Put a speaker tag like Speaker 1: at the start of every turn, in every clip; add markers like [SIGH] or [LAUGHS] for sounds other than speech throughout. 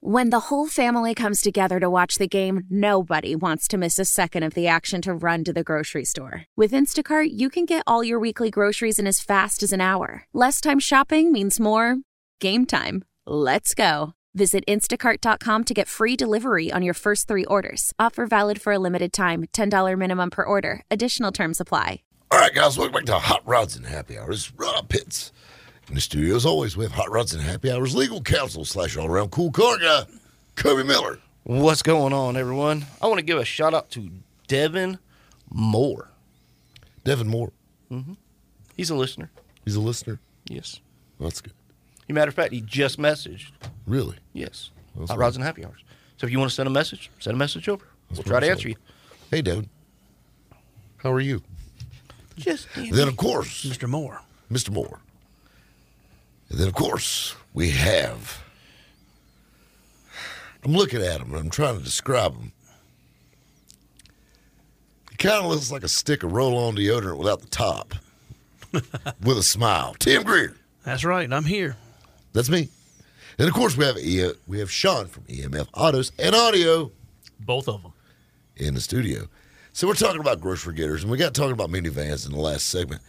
Speaker 1: When the whole family comes together to watch the game, nobody wants to miss a second of the action to run to the grocery store. With Instacart, you can get all your weekly groceries in as fast as an hour. Less time shopping means more game time. Let's go. Visit instacart.com to get free delivery on your first three orders. Offer valid for a limited time $10 minimum per order. Additional terms apply.
Speaker 2: All right, guys, welcome back to Hot Rods and Happy Hours. Rob Pitts in the studio, as always, with Hot Rods and Happy Hours legal counsel slash all around cool car guy, Kobe Miller.
Speaker 3: What's going on, everyone? I want to give a shout out to Devin Moore.
Speaker 2: Devin Moore,
Speaker 3: He's a listener.
Speaker 2: he's a listener.
Speaker 3: Yes.
Speaker 2: That's good.
Speaker 3: As a matter of fact, he just messaged.
Speaker 2: Really?
Speaker 3: Yes.
Speaker 2: That's
Speaker 3: Hot Rods and Happy Hours. So if you want to send a message, send a message over. we'll
Speaker 2: what
Speaker 3: try to
Speaker 2: I'm
Speaker 3: answer you.
Speaker 2: saying. Hey, Devin. How are you?
Speaker 3: Just
Speaker 2: Then, of course,
Speaker 4: Mr. Moore.
Speaker 2: Mr. Moore. And then, of course, we have. I'm looking at him and I'm trying to describe him. He kind of looks like a stick of roll on deodorant without the top with a smile. Tim Greer.
Speaker 4: That's right. I'm here.
Speaker 2: That's me. And of course, we have E- we have Sean from EMF Autos and Audio
Speaker 4: Both of them.
Speaker 2: in the studio. So we're talking about grocery getters, and we got talking about minivans in the last segment.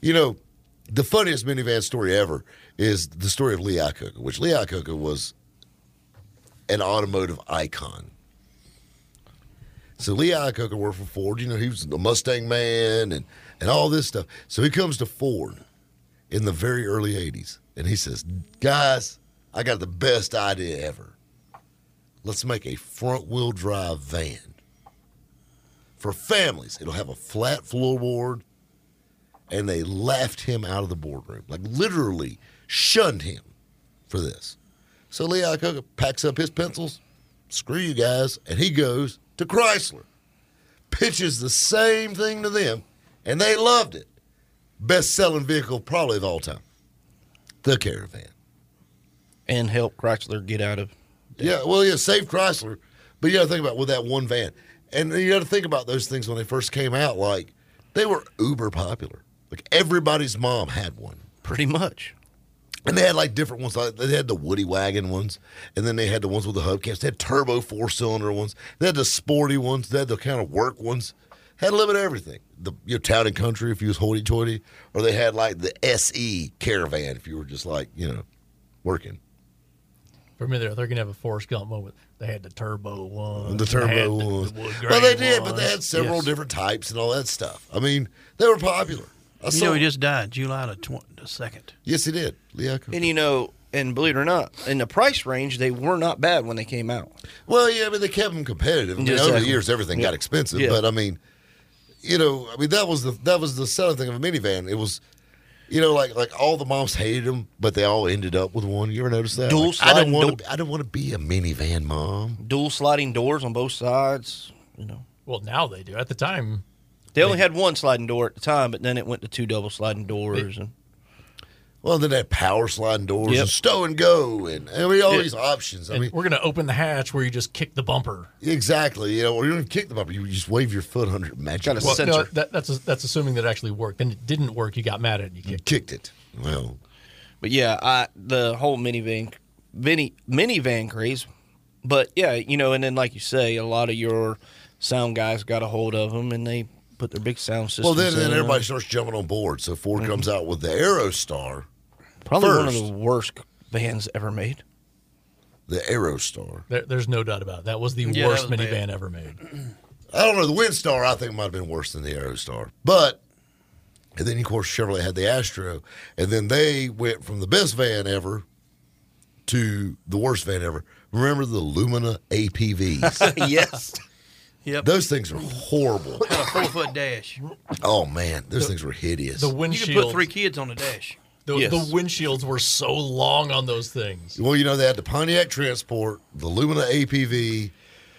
Speaker 2: You know, the funniest minivan story ever is the story of Lee Iacocca, which Lee Iacocca was an automotive icon. So Lee Iacocca worked for Ford. You know, he was the Mustang man and, and all this stuff. So he comes to Ford in the very early 80s, and he says, guys, I got the best idea ever. Let's make a front-wheel drive van for families. It'll have a flat floorboard. And they laughed him out of the boardroom, like literally shunned him for this. So Lee Iacocca packs up his pencils, screw you guys, and he goes to Chrysler, pitches the same thing to them, and they loved it. Best selling vehicle probably of all time. The Caravan.
Speaker 3: and help Chrysler get out of.
Speaker 2: Yeah, well, yeah, save Chrysler, but you got to think about with that one van, and you got to think about those things when they first came out. Like they were uber popular. Like everybody's mom had one,
Speaker 3: Pretty much.
Speaker 2: and they had like different ones. Like they had the Woody wagon ones, and then they had the ones with the hubcaps. They had turbo four cylinder ones. They had the sporty ones. They had the kind of work ones. Had a little bit of everything. The you know, town and country if you was hoity toity, or they had like the SE Caravan if you were just like you know working.
Speaker 5: For me, they're, they're going to have a Forrest Gump moment. They had the turbo one.
Speaker 2: The turbo
Speaker 5: they had the- the
Speaker 2: ones.
Speaker 5: wood
Speaker 2: well, they
Speaker 5: grain
Speaker 2: did, but they
Speaker 5: ones.
Speaker 2: had several
Speaker 3: Yes.
Speaker 2: different types and all that stuff. I mean, they were popular. I
Speaker 4: You
Speaker 2: saw-
Speaker 4: know, he just died July the, tw- the second.
Speaker 2: yes, he did. Yeah.
Speaker 3: And you know, and believe it or not, in the price range, they were not bad when they came out.
Speaker 2: Well, yeah, I mean, they kept them competitive. I mean,
Speaker 3: Yes,
Speaker 2: over the
Speaker 3: exactly.
Speaker 2: years, everything got
Speaker 3: Yeah.
Speaker 2: expensive,
Speaker 3: Yeah.
Speaker 2: but I mean, you know, I mean, that was the that was the selling thing of a minivan. It was. You know, like like all the moms hated them, but they all ended up with one. You ever notice that?
Speaker 3: Dual
Speaker 2: Like, I don't
Speaker 3: sliding
Speaker 2: want
Speaker 3: door-
Speaker 2: to. I don't want to be a minivan mom.
Speaker 3: Dual sliding doors on both sides. You know,
Speaker 5: Well, now they do. At the time,
Speaker 3: they only had one sliding door at the time, but then it went to two double sliding doors. And
Speaker 2: Well, then they had power sliding doors
Speaker 3: Yep.
Speaker 2: and stow and go, and I mean all
Speaker 3: Yeah.
Speaker 2: these options. I
Speaker 5: and
Speaker 2: mean,
Speaker 5: we're going to open the hatch where you just kick the bumper.
Speaker 2: Exactly. You know, or you don't kick them up. You just wave your foot under it magically.
Speaker 3: Gotta
Speaker 5: Well,
Speaker 3: Sensor.
Speaker 5: no, that, that's that's assuming that it actually worked. Then it didn't work. You got mad at it. And you
Speaker 2: You
Speaker 5: kicked.
Speaker 2: kicked it. Well,
Speaker 3: But yeah, I the whole minivan, mini minivan craze. But yeah, you know, and then like you say, a lot of your sound guys got a hold of them, and they put their big sound system.
Speaker 2: well then, then everybody starts jumping on board. So Ford comes out with the Aerostar.
Speaker 3: probably one
Speaker 2: first.
Speaker 3: of the worst bands ever made.
Speaker 2: The Aerostar.
Speaker 5: There, there's no doubt about it. That was the
Speaker 4: Mm-hmm. Yeah, that
Speaker 5: worst
Speaker 4: was
Speaker 5: minivan
Speaker 4: bad.
Speaker 5: ever made.
Speaker 2: I don't know. The Windstar, I think, might have been worse than the Aerostar. But, and then, of course, Chevrolet had the Astro. And then they went from the best van ever to the worst van ever. Remember the Lumina APVs?
Speaker 3: yes,
Speaker 4: Yep.
Speaker 2: Those things were horrible.
Speaker 4: Had a four foot dash. You
Speaker 2: Oh, man. Those things were hideous.
Speaker 5: The windshield.
Speaker 4: could put three kids on the dash.
Speaker 5: the,
Speaker 3: Yes.
Speaker 5: the windshields were so long on those things.
Speaker 2: Well, you know, they had the Pontiac Transport, the Lumina APV.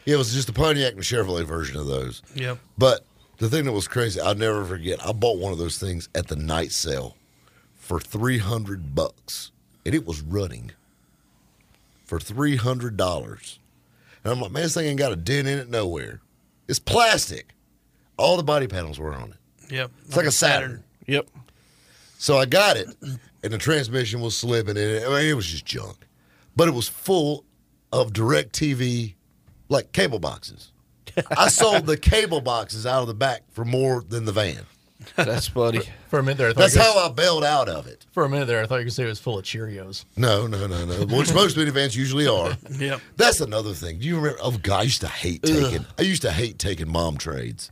Speaker 2: Yeah, it was just the Pontiac and Chevrolet version of those.
Speaker 4: Yep.
Speaker 2: But the thing that was crazy, I'll never forget, I bought one of those things at the night sale for 300 bucks, and it was running for $300. And I'm like, man, this thing ain't got a dent in it nowhere. It's plastic. All the body panels were on it.
Speaker 4: Yep.
Speaker 2: It's like a Saturn.
Speaker 3: yep.
Speaker 2: So I got it, and the transmission was slipping, and it, I mean, it was just junk. But it was full of direct TV, like cable boxes. [LAUGHS] I sold the cable boxes out of the back for more than the van.
Speaker 3: [LAUGHS] That's funny.
Speaker 5: For a minute there, I thought
Speaker 2: That's
Speaker 5: you
Speaker 2: how
Speaker 5: could-
Speaker 2: I bailed out of it.
Speaker 5: for a minute there, I thought you could say it was full
Speaker 4: [LAUGHS]
Speaker 5: of Cheerios.
Speaker 2: No, no, no, [LAUGHS] no. Which most minivans usually are.
Speaker 4: Yep.
Speaker 2: That's another thing. Do you remember? Oh, God, I used to hate taking. I used to hate taking mom trades.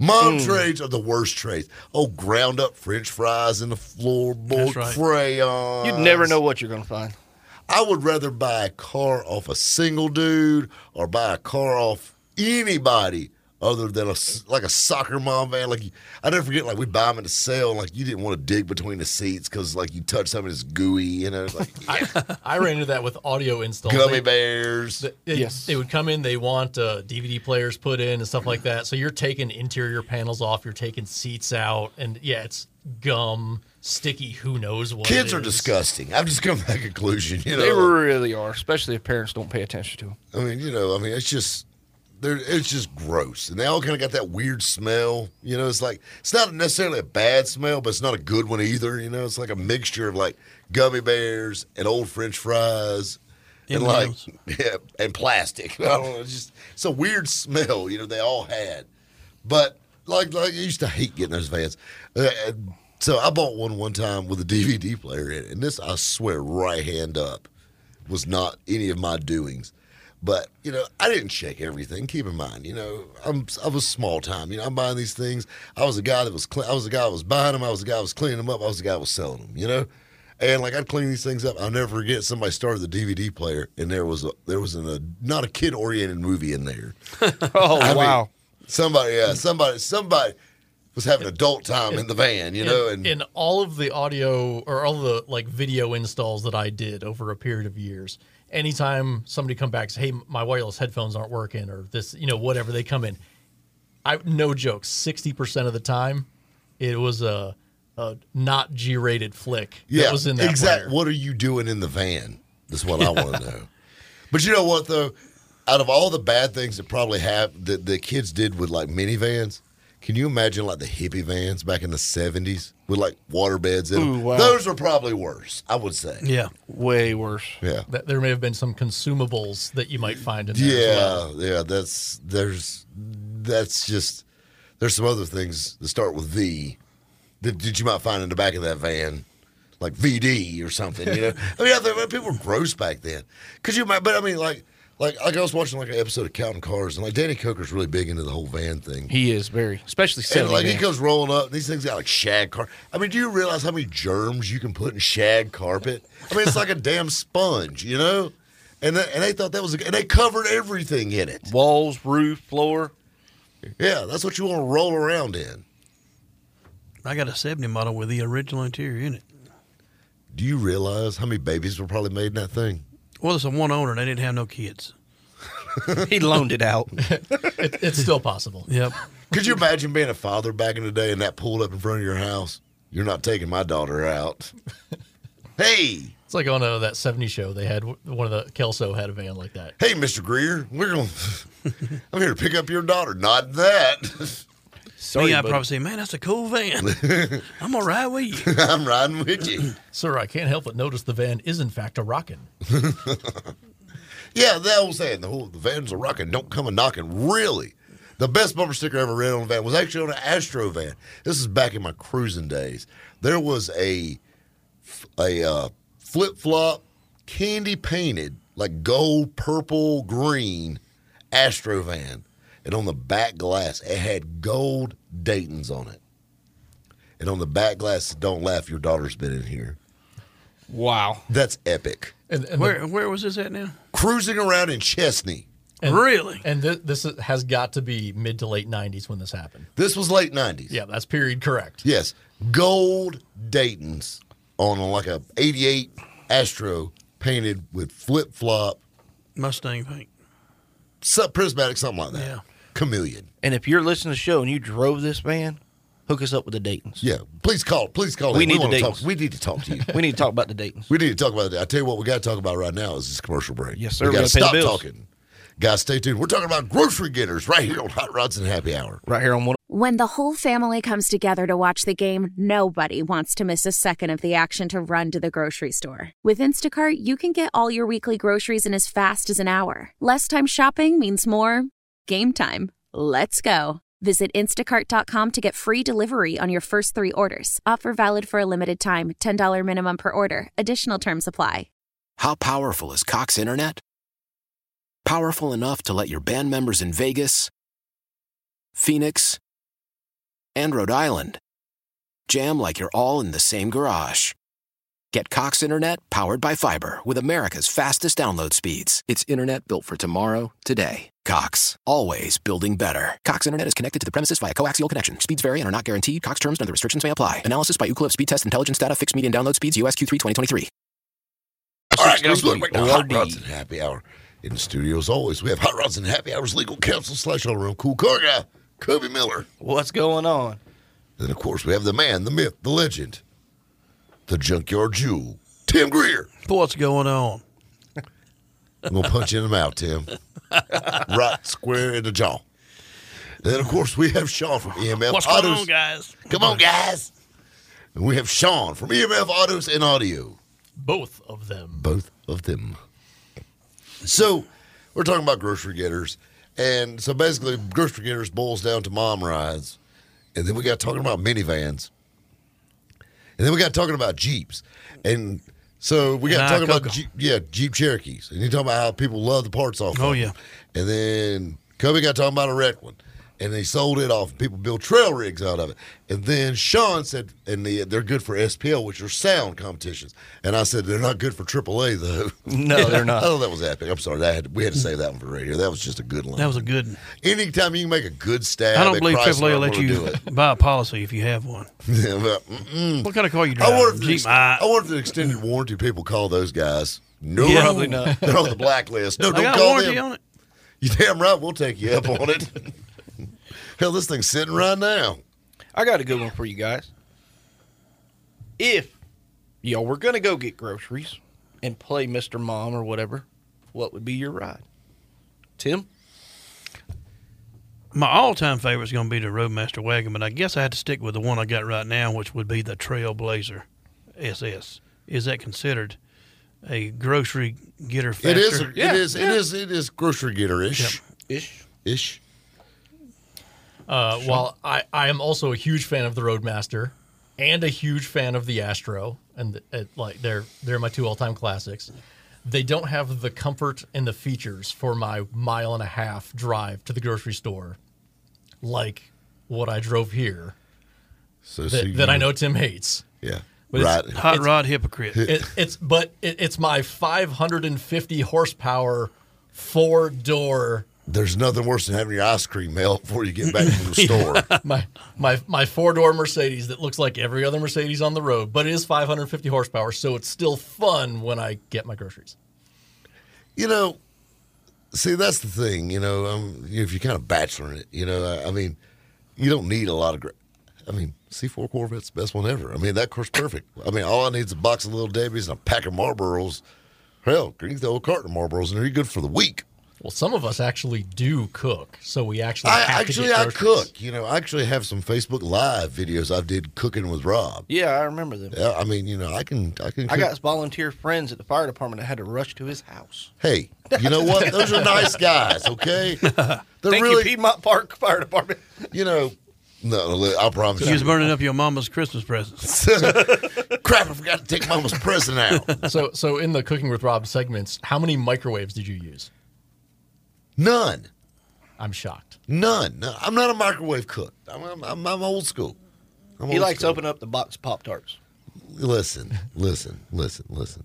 Speaker 2: Mom trades are the worst trades. Oh, ground up French fries in the floorboard
Speaker 4: That's right.
Speaker 2: crayons.
Speaker 3: You'd never know what you're gonna find.
Speaker 2: I would rather buy a car off a single dude or buy a car off anybody other than a s- like a soccer mom van. Like I never forget, like we buy them in the sale. Like you didn't want to dig between the seats because like you touch something that's gooey, you know, like
Speaker 5: [LAUGHS] I ran into that with audio installs.
Speaker 2: gummy
Speaker 5: They-
Speaker 2: bears.
Speaker 5: Th- It,
Speaker 3: Yes.
Speaker 5: They would come in, they want uh, DVD players put in and stuff like that. So you're taking interior panels off, you're taking seats out, and yeah, it's gum, sticky, who knows what.
Speaker 2: Kids
Speaker 5: it
Speaker 2: are
Speaker 5: is.
Speaker 2: disgusting. I've just come to that conclusion. You know,
Speaker 3: They really are, especially if parents don't pay attention
Speaker 2: [LAUGHS]
Speaker 3: to them.
Speaker 2: I mean, you know, I mean, it's just they're it's just gross, and they all kind of got that weird smell. You know, it's like it's not necessarily a bad smell, but it's not a good one either. You know, it's like a mixture of like gummy bears and old French fries. And like, [LAUGHS]
Speaker 4: M&Ms.
Speaker 2: yeah, and plastic. [LAUGHS] I don't know. It's just it's a weird smell. You know, they all had, but like, like I used to hate getting those vans. Uh, and so I bought one one time with a DVD player in it, and this I swear, right hand up, was not any of my doings. But you know, I didn't check everything. Keep in mind, you know, I'm I was small time. You know, I'm buying these things. I was a guy that was cle- I was a guy that was buying them. I was a guy that was cleaning them up. I was a guy that was selling them. You know, and like I'd clean these things up. I'll never forget. Somebody started the DVD player, and there was a there was an, a not a kid oriented movie in there.
Speaker 3: Oh
Speaker 2: I mean,
Speaker 3: wow.
Speaker 2: somebody, yeah, somebody, somebody was having adult time in the van. You
Speaker 5: In,
Speaker 2: know, and
Speaker 5: in all of the audio or all the like video installs that I did over a period of years, anytime somebody come back, say, "Hey, my wireless headphones aren't working," or this, you know, whatever they come in, I no joke, sixty percent of the time, it was a, a not G-rated flick
Speaker 2: yeah,
Speaker 5: that was in that
Speaker 2: exact-
Speaker 5: player.
Speaker 2: What are you doing in the van? That's
Speaker 5: [LAUGHS]
Speaker 2: what I want to know. But you know what though? Out of all the bad things that probably have that the kids did with like minivans, can you imagine like the hippie vans back in the seventies with like water beds in them?
Speaker 3: Ooh, wow.
Speaker 2: Those were probably worse, I would say.
Speaker 4: Yeah.
Speaker 3: Way worse.
Speaker 2: Yeah.
Speaker 5: that there may have been some consumables that you might find in there. as well.
Speaker 2: Yeah, yeah, that's there's that's just there's some other things that start with V that, that you might find in the back of that van, like VD or something.
Speaker 5: [LAUGHS]
Speaker 2: You know, I mean, I think people were gross back then. Could you? ima- But I mean, like, like, like I was watching like an episode of Counting Cars, and like Danny Coker's really big into the whole van thing.
Speaker 3: He is very, especially
Speaker 2: And
Speaker 3: seventy.
Speaker 2: like he
Speaker 3: man.
Speaker 2: comes rolling up, and these things got like shag carpet. I mean, do you realize how many germs you can put in shag carpet? I mean, it's like a damn sponge, you know. And they, and they thought that was, a, and they covered everything in it.
Speaker 3: Walls, roof,
Speaker 2: [LAUGHS]
Speaker 3: floor.
Speaker 2: Yeah, that's what you want to roll around in.
Speaker 4: I got a 70 model with the original interior in it.
Speaker 2: Do you realize how many babies were probably made in that thing?
Speaker 4: Well, it's a one owner and they didn't have no kids.
Speaker 3: He loaned it [LAUGHS] out.
Speaker 5: It, it's still possible.
Speaker 2: [LAUGHS]
Speaker 4: Yep.
Speaker 2: Could you imagine being a father back in the day and that pulled up in front of your house? You're not taking my daughter out. hey,
Speaker 5: It's like on uh, that '70s show they had one of the Kelso had a van like that.
Speaker 2: hey, Mr. Greer, we're going. to [LAUGHS] I'm here to pick up your daughter. Not that. [LAUGHS]
Speaker 3: Sorry,
Speaker 4: Me, I'd
Speaker 3: buddy.
Speaker 4: probably say, man, that's a cool van. I'm going to ride with you.
Speaker 2: I'm riding with you.
Speaker 5: Sir, I can't help but notice the van is in fact a rockin'.
Speaker 2: Yeah, that was saying the whole the van's a rockin', don't come a knockin'. Really, the best bumper sticker I ever read on a van was actually on an Astro van. This is back in my cruising days. There was a a uh, flip flop, candy painted like gold, purple, green Astro van, and on the back glass it had gold Dayton's on it, and on the back glass, don't laugh, your daughter's been in here.
Speaker 3: Wow.
Speaker 2: That's epic.
Speaker 5: And, and,
Speaker 4: Where where was this at now?
Speaker 2: Cruising around in Chesney.
Speaker 5: And-
Speaker 4: really?
Speaker 5: the, and thi- this is- has got to be mid to late '90s when this happened.
Speaker 2: This was late nineties.
Speaker 5: Yeah, that's period correct.
Speaker 2: Yes, gold Dayton's on like a '88 Astro painted with flip flop,
Speaker 4: Mustang paint.
Speaker 2: prismatic, something like that.
Speaker 4: Yeah.
Speaker 2: Chameleon.
Speaker 3: And if you're listening to the show and you drove this van, hook us up with the Dayton's.
Speaker 2: Yeah, please call. Please call.
Speaker 3: We
Speaker 2: in.
Speaker 3: need the
Speaker 2: wanna
Speaker 3: Dayton's.
Speaker 2: talk. We need to talk
Speaker 3: [LAUGHS]
Speaker 2: to you.
Speaker 3: We need to talk about the Dayton's.
Speaker 2: we need to talk about that. I tell you what, we got to talk about right now is this commercial break.
Speaker 3: Yes, sir.
Speaker 2: We
Speaker 3: We
Speaker 2: got to
Speaker 3: gotta pay the
Speaker 2: stop
Speaker 3: bills.
Speaker 2: talking, guys. Stay tuned. We're talking about grocery getters right here on Hot Rods and Happy Hour.
Speaker 3: Right here on one.
Speaker 1: When the whole family comes together to watch the game, nobody wants to miss a second of the action to run to the grocery store. With Instacart, you can get all your weekly groceries in as fast as an hour. Less time shopping means more game time. Let's go. Visit instacart.com to get free delivery on your first three orders. Offer valid for a limited time $10 minimum per order. Additional terms apply.
Speaker 6: How powerful is Cox Internet? Powerful enough to let your band members in Vegas, Phoenix, and Rhode Island jam like you're all in the same garage. Get Cox Internet powered by fiber with America's fastest download speeds. It's internet built for tomorrow, today. Cox, always building better. Cox Internet is connected to the premises via coaxial connection. Speeds vary and are not guaranteed. Cox terms and other restrictions may apply. Analysis by Ookla of Speed Test Intelligence Data. Fixed median download speeds. USQ3 2023.
Speaker 2: All right, guys, welcome
Speaker 3: 630
Speaker 2: back to Hot
Speaker 3: ORD.
Speaker 2: Rods and Happy Hour. In the studio, as always, we have Hot Rods and Happy Hours legal counsel slash all around cool car guy, Kobe Miller.
Speaker 3: What's going on?
Speaker 2: Then, of course, we have the man, the myth, the legend, the junkyard Jew, Tim Greer.
Speaker 4: What's going on?
Speaker 2: I'm going to punch in him out,
Speaker 4: [LAUGHS]
Speaker 2: Tim. Right square in the jaw. Then, of course, we have Sean from EMF
Speaker 4: What's
Speaker 2: Autos.
Speaker 4: going on, guys?
Speaker 2: Come on, guys. And we have Sean from EMF Autos and Audio.
Speaker 5: Both of them.
Speaker 2: both of them. So we're talking about grocery getters, and so basically, grocery getters boils down to mom rides, and then we got talking about minivans, and then we got talking about jeeps, and so we got
Speaker 4: Nah,
Speaker 2: talking about
Speaker 4: Coco.
Speaker 2: Jeep, yeah Jeep Cherokees, and you talking about how people love the parts off.
Speaker 4: Oh,
Speaker 2: of
Speaker 4: yeah.
Speaker 2: them. and then Kobe got talking about a wrecked one. And they sold it off. People built trail rigs out of it. And then Sean said, and the, they're good for SPL, which are sound competitions. And I said, they're not good for AAA,
Speaker 4: [LAUGHS]
Speaker 2: though.
Speaker 3: No,
Speaker 2: [LAUGHS]
Speaker 3: they're not.
Speaker 2: Oh, that was epic. I'm sorry. I had, we had to save that one for radio. That was just a good line.
Speaker 4: That was a good one.
Speaker 2: Anytime you can make a good stab,
Speaker 4: I don't
Speaker 2: at
Speaker 4: believe
Speaker 2: Chrysler,
Speaker 4: AAA
Speaker 2: I'm
Speaker 4: will let
Speaker 2: gonna
Speaker 4: [LAUGHS]
Speaker 2: [LAUGHS]
Speaker 4: you buy a policy if you have one.
Speaker 2: Do it. But, mm-mm.
Speaker 4: What kind of car you
Speaker 2: Hmm. I
Speaker 4: driving?
Speaker 2: wonder, if the,
Speaker 4: Jeep.
Speaker 2: ex-
Speaker 4: I,
Speaker 2: I wonder if the extended warranty people call those guys. No,
Speaker 4: Yeah.
Speaker 3: Probably
Speaker 2: [LAUGHS]
Speaker 3: not.
Speaker 2: They're on the blacklist. No,
Speaker 4: I
Speaker 2: don't
Speaker 4: got
Speaker 2: call
Speaker 4: warranty
Speaker 2: them.
Speaker 4: on it.
Speaker 2: You damn right, we'll take you up on it. [LAUGHS] Hell, this thing's sitting right now.
Speaker 3: I got a good one for you guys. If y'all were gonna go get groceries and play Mr. Mom or whatever, what would be your ride? Tim?
Speaker 4: My all-time favorite is going to be the Roadmaster wagon, but I guess I had to stick with the one I got right now, which would be the Trailblazer SS. Is that considered a grocery getter? Faster?
Speaker 2: It is. It
Speaker 3: Yeah,
Speaker 2: is. It
Speaker 3: yeah.
Speaker 2: is. It is grocery getter ish.
Speaker 3: Ish.
Speaker 2: Ish.
Speaker 5: Uh, While I, I am also a huge fan of the Roadmaster and a huge fan of the Astro, and uh, like they're they're my two all time classics. They don't have the comfort and the features for my mile and a half drive to the grocery store, like what I drove here
Speaker 2: So
Speaker 5: that,
Speaker 2: see,
Speaker 5: that I
Speaker 2: you-
Speaker 5: know Tim hates.
Speaker 2: Yeah.
Speaker 5: But
Speaker 2: Right.
Speaker 5: it's-
Speaker 4: Hot
Speaker 5: It's-
Speaker 4: rod hypocrite.
Speaker 5: It, it's but it, it's my 550 horsepower four door
Speaker 2: There's nothing worse than having your ice cream melt before you get back from the store.
Speaker 5: my my my four door Mercedes that looks like every other Mercedes on the road, but it is 550 horsepower, so it's still fun when I get my groceries.
Speaker 2: You know. See, that's the thing. You know, um, if you're kind of bacheloring it, you know, I, I mean, you don't need a lot of. Gra- I mean, C4 Corvette's the best one ever. I mean, that car's perfect. I mean, all I need is a box of Little Debbie's and a pack of Marlboros. Hell, you can get the old carton of Marlboros, and they're good for the
Speaker 3: [LAUGHS]
Speaker 2: week.
Speaker 5: Well, some of us actually do cook, so we actually
Speaker 2: I
Speaker 5: have to
Speaker 2: actually
Speaker 5: get
Speaker 2: I
Speaker 5: groceries.
Speaker 2: cook. You know, I actually have some Facebook Live videos I did cooking with Rob.
Speaker 3: Yeah, I remember them.
Speaker 2: Yeah, I mean, you know, I can I can. Cook.
Speaker 3: I got volunteer friends at the fire department that had to rush to his house.
Speaker 2: Hey, you know what? Those are nice guys.
Speaker 3: [LAUGHS]
Speaker 2: Okay, they're
Speaker 3: Thank you,
Speaker 2: really. You,
Speaker 3: Piedmont Park Fire Department.
Speaker 2: know, no, look, I promise.
Speaker 4: You was
Speaker 2: You.
Speaker 4: burning up your mama's Christmas presents.
Speaker 2: [LAUGHS] Crap! I forgot to take Mama's present out.
Speaker 5: [LAUGHS] So so in the cooking with Rob segments, how many microwaves did you use?
Speaker 2: None,
Speaker 5: I'm shocked.
Speaker 2: none. No, I'm not a microwave cook. I'm I'm, I'm, I'm old school. I'm
Speaker 3: He
Speaker 2: old
Speaker 3: likes to
Speaker 2: school.
Speaker 3: open up the box Pop Tarts.
Speaker 2: Listen, listen, listen, listen.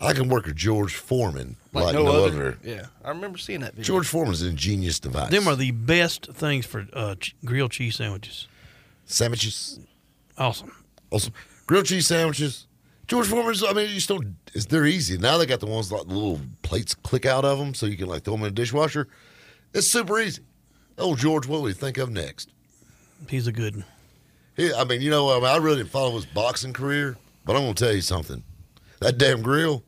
Speaker 2: I can work a George Foreman like, no, other.
Speaker 3: Yeah, I remember seeing that video.
Speaker 2: George Foreman's an ingenious device.
Speaker 4: Them are the best things for uh, ch- grilled cheese sandwiches.
Speaker 2: sandwiches.
Speaker 4: Awesome.
Speaker 2: Also, grilled cheese sandwiches. George Foreman's. I mean, you just don't. It's, they're easy now. They got the ones like the little plates click out of them, so you can like throw them in a dishwasher. It's super easy. Oh, George, what do we think of next?
Speaker 4: He's a good. one.
Speaker 2: He, I mean, you know, I, mean, I really didn't follow his boxing career, but I'm gonna tell you something. That damn
Speaker 4: [LAUGHS]
Speaker 2: grill.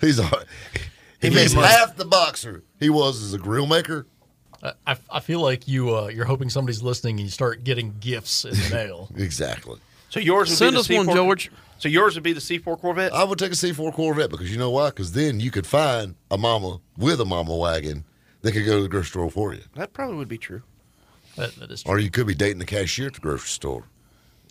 Speaker 2: he's a, he
Speaker 4: made
Speaker 2: makes
Speaker 4: money.
Speaker 2: half the boxer he was as a grill maker.
Speaker 5: I, I- I feel like you uh, you're hoping somebody's listening and you start getting gifts in the
Speaker 2: [LAUGHS]
Speaker 5: mail.
Speaker 2: Exactly.
Speaker 3: So yours would
Speaker 4: Send
Speaker 3: be the
Speaker 4: us one,
Speaker 3: C4
Speaker 4: George.
Speaker 3: So yours would be the C4 Corvette.
Speaker 2: I would take a C4 Corvette because you know why? Because then you could find a mama with a mama wagon that could go to the grocery store for you.
Speaker 3: that probably would be true.
Speaker 5: That, that is true.
Speaker 2: Or you could be dating the cashier at the grocery store.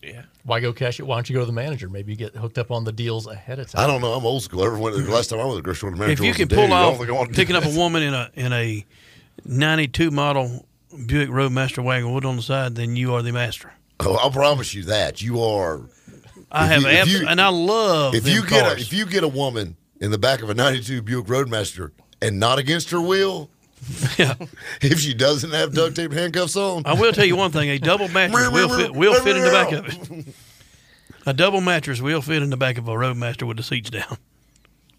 Speaker 3: Yeah.
Speaker 5: Why go cash it? Why don't you go to the manager? Maybe you get hooked up on the deals ahead of time.
Speaker 2: I don't know. I'm old school. Ever went to the last time I went to the grocery store, the manager
Speaker 4: if you
Speaker 2: was
Speaker 4: can
Speaker 2: a dude.
Speaker 4: pull
Speaker 2: I don't
Speaker 4: off
Speaker 2: think I want to do
Speaker 4: picking up
Speaker 2: that. [LAUGHS]
Speaker 4: a woman in a in a '92 model Buick Roadmaster wagon wood on the side, then you are the master.
Speaker 2: Oh, I promise you that you are.
Speaker 4: I
Speaker 2: If
Speaker 4: have
Speaker 2: you- if
Speaker 4: abs-
Speaker 2: you-
Speaker 4: and I love
Speaker 2: If
Speaker 4: them
Speaker 2: you get a,
Speaker 4: cars.
Speaker 2: if you get a woman in the back of a '92 Buick Roadmaster and not against her will, [LAUGHS]
Speaker 4: [LAUGHS] Yeah.
Speaker 2: if she doesn't have duct tape handcuffs on,
Speaker 4: I will tell you one thing:
Speaker 2: [LAUGHS]
Speaker 4: a double mattress will fit will fit in the back of it. A double mattress will fit in the back of a Roadmaster with the seats down. [LAUGHS]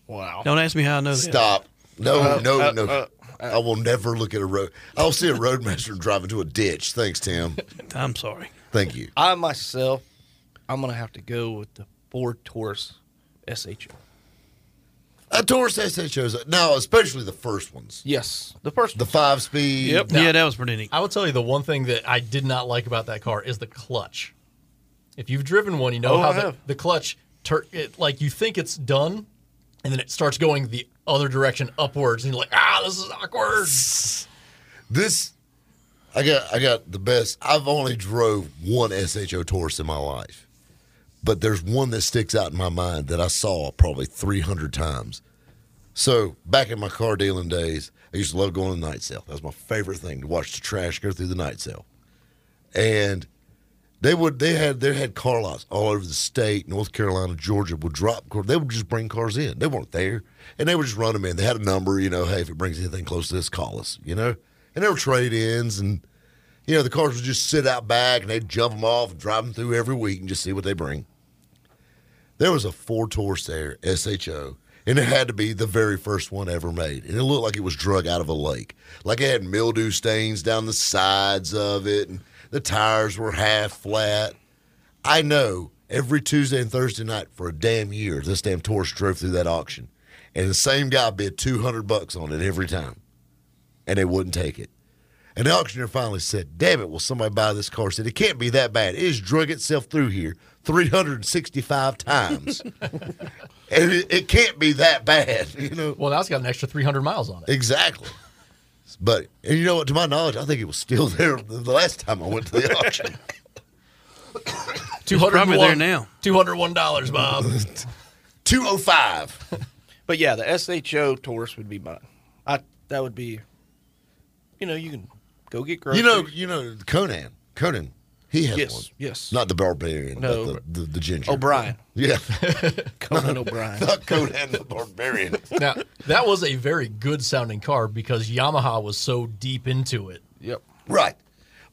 Speaker 3: Wow.
Speaker 4: Don't ask me how I know that.
Speaker 2: stop. No, no,
Speaker 3: uh,
Speaker 2: no.
Speaker 3: uh,
Speaker 2: I will never look at a road. I'll see a roadmaster drive into a ditch. Thanks, Tim.
Speaker 4: I'm sorry.
Speaker 2: Thank you.
Speaker 3: I myself, I'm gonna have to go with the Ford Taurus SHO.
Speaker 2: A Taurus SHOs now, especially the first ones,
Speaker 3: Yes, the first.
Speaker 2: the five speed.
Speaker 3: Yep.
Speaker 4: Yeah, that was pretty neat.
Speaker 5: I will tell you the one thing that I did not like about that car is the clutch. If you've driven one, you know
Speaker 3: Oh,
Speaker 5: how
Speaker 3: I
Speaker 5: the,
Speaker 3: have.
Speaker 5: the clutch, tur- it, like you think it's done, and then it starts going the other direction upwards, and you're like, ah, this is awkward.
Speaker 2: This, I got. I got the best. I've only drove one SHO Taurus in my life, but there's one that sticks out in my mind that I saw probably 300 times. So back in my car dealing days, I used to love going to the night sale. That was my favorite thing to watch the trash go through the night sale, and they would they had they had car lots all over the state, North Carolina, Georgia would drop car. They would just bring cars in. They weren't there, and they would just run them in. They had a number, you know. Hey, if it brings anything close to this, call us, you know. And there were trade ins, and you know the cars would just sit out back, and they'd jump them off, and drive them through every week, and just see what they bring. There was a four Taurus there, SHO, and it had to be the very first one ever made. And it looked like it was drug out of a lake. Like it had mildew stains down the sides of it, and the tires were half flat. I know every Tuesday and Thursday night for a damn year, this damn Taurus drove through that auction. And the same guy bid 200 bucks on it every time, and they wouldn't take it. And the auctioneer finally said, Damn it, will somebody buy this car? I said, It can't be that bad. It has drug itself through here 365
Speaker 3: [LAUGHS]
Speaker 2: times. and it, it can't be that bad, [LAUGHS] you know?
Speaker 5: Well, now it's got an extra 300 miles on it.
Speaker 2: Exactly. But, and you know what? To my knowledge, I think it was still there the the last time I went to
Speaker 3: [LAUGHS]
Speaker 2: the auction.
Speaker 4: probably
Speaker 5: 201
Speaker 4: there now.
Speaker 5: $201, Bob.
Speaker 2: 205.
Speaker 3: But yeah, the SHO Taurus would be mine. I that would be. You know, you can go get groceries.
Speaker 2: You know, you know, Conan. Conan. He has
Speaker 3: Yes,
Speaker 2: one.
Speaker 3: yes.
Speaker 2: Not the barbarian,
Speaker 3: No,
Speaker 2: but the, the, the ginger.
Speaker 3: O'Brien, [LAUGHS]
Speaker 2: Yeah.
Speaker 3: Conan O'Brien.
Speaker 2: Not Conan the barbarian.
Speaker 5: now, that was a very good sounding car because Yamaha was so deep into it.
Speaker 3: Yep.
Speaker 2: Right.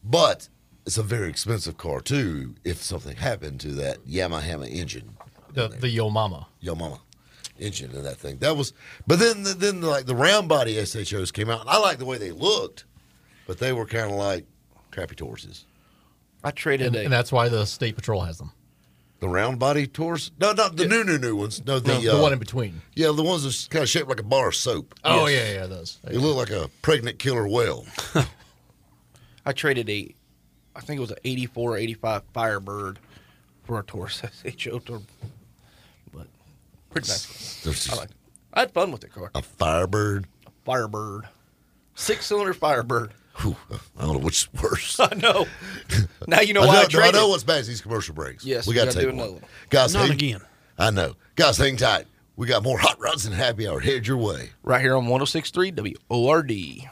Speaker 2: But it's a very expensive car too if something happened to that Yamaha engine.
Speaker 5: The, the Yo Mama.
Speaker 2: Yo mama engine and that thing. That was but then then like the round body SHOs came out and I like the way they looked, but they were kind of like crappy Tauruses.
Speaker 3: I traded
Speaker 5: And,
Speaker 3: a.
Speaker 5: and that's why the State Patrol has them. the
Speaker 2: The round body Taurus? No, not the new new new ones. No, the, uh,
Speaker 5: one in between.
Speaker 2: Yeah, the ones that's kind of shaped like a bar of soap.
Speaker 5: Oh, yeah, yeah, those.
Speaker 2: It looked like a pregnant killer whale. [LAUGHS]
Speaker 3: I traded a. I think it was an 84, 85 Firebird for a Taurus [LAUGHS] SHO Taurus. But pretty nice.
Speaker 2: There's
Speaker 3: I like. It. I had fun with the car.
Speaker 2: a Firebird.
Speaker 3: Firebird, six cylinder Firebird.
Speaker 2: Whew, I don't know which is worse.
Speaker 3: [LAUGHS] I know. Now you know
Speaker 2: I
Speaker 3: why I,
Speaker 2: know, no, I
Speaker 3: traded.
Speaker 2: know what's bad is these commercial breaks.
Speaker 3: Yes,
Speaker 2: we
Speaker 3: we
Speaker 2: got to
Speaker 3: gotta
Speaker 2: take
Speaker 3: do
Speaker 2: one.
Speaker 3: another one.
Speaker 2: Guys,
Speaker 4: Not
Speaker 2: hang-
Speaker 4: again.
Speaker 2: I know. Guys, hang tight. We got more hot rods and happy hour headed your way.
Speaker 3: right here on 106.3 WORD.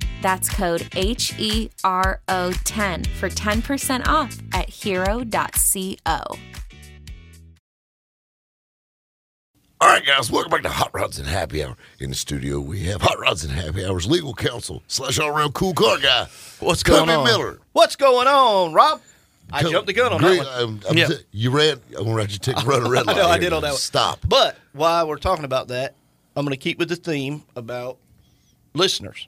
Speaker 1: That's code H E R O 10 for 10% off at hero.co.
Speaker 2: All right, guys, welcome back to Hot Rods and Happy Hour. In the studio, we have Hot Rods and Happy Hour's legal counsel slash all around cool car guy.
Speaker 3: What's going
Speaker 2: Cody
Speaker 3: on?
Speaker 2: Miller.
Speaker 3: What's going on, Rob? I
Speaker 2: Co-
Speaker 3: jumped the gun on
Speaker 2: Great,
Speaker 3: that one.
Speaker 2: um, I'm
Speaker 4: Yeah.
Speaker 2: t- you ran. I'm gonna write you a ticket. Run a red
Speaker 3: [LAUGHS] I
Speaker 2: light.
Speaker 3: know I
Speaker 2: here,
Speaker 3: did
Speaker 2: man.
Speaker 3: on that one.
Speaker 2: Stop.
Speaker 3: But while we're talking about that, I'm going to keep with the theme about listeners.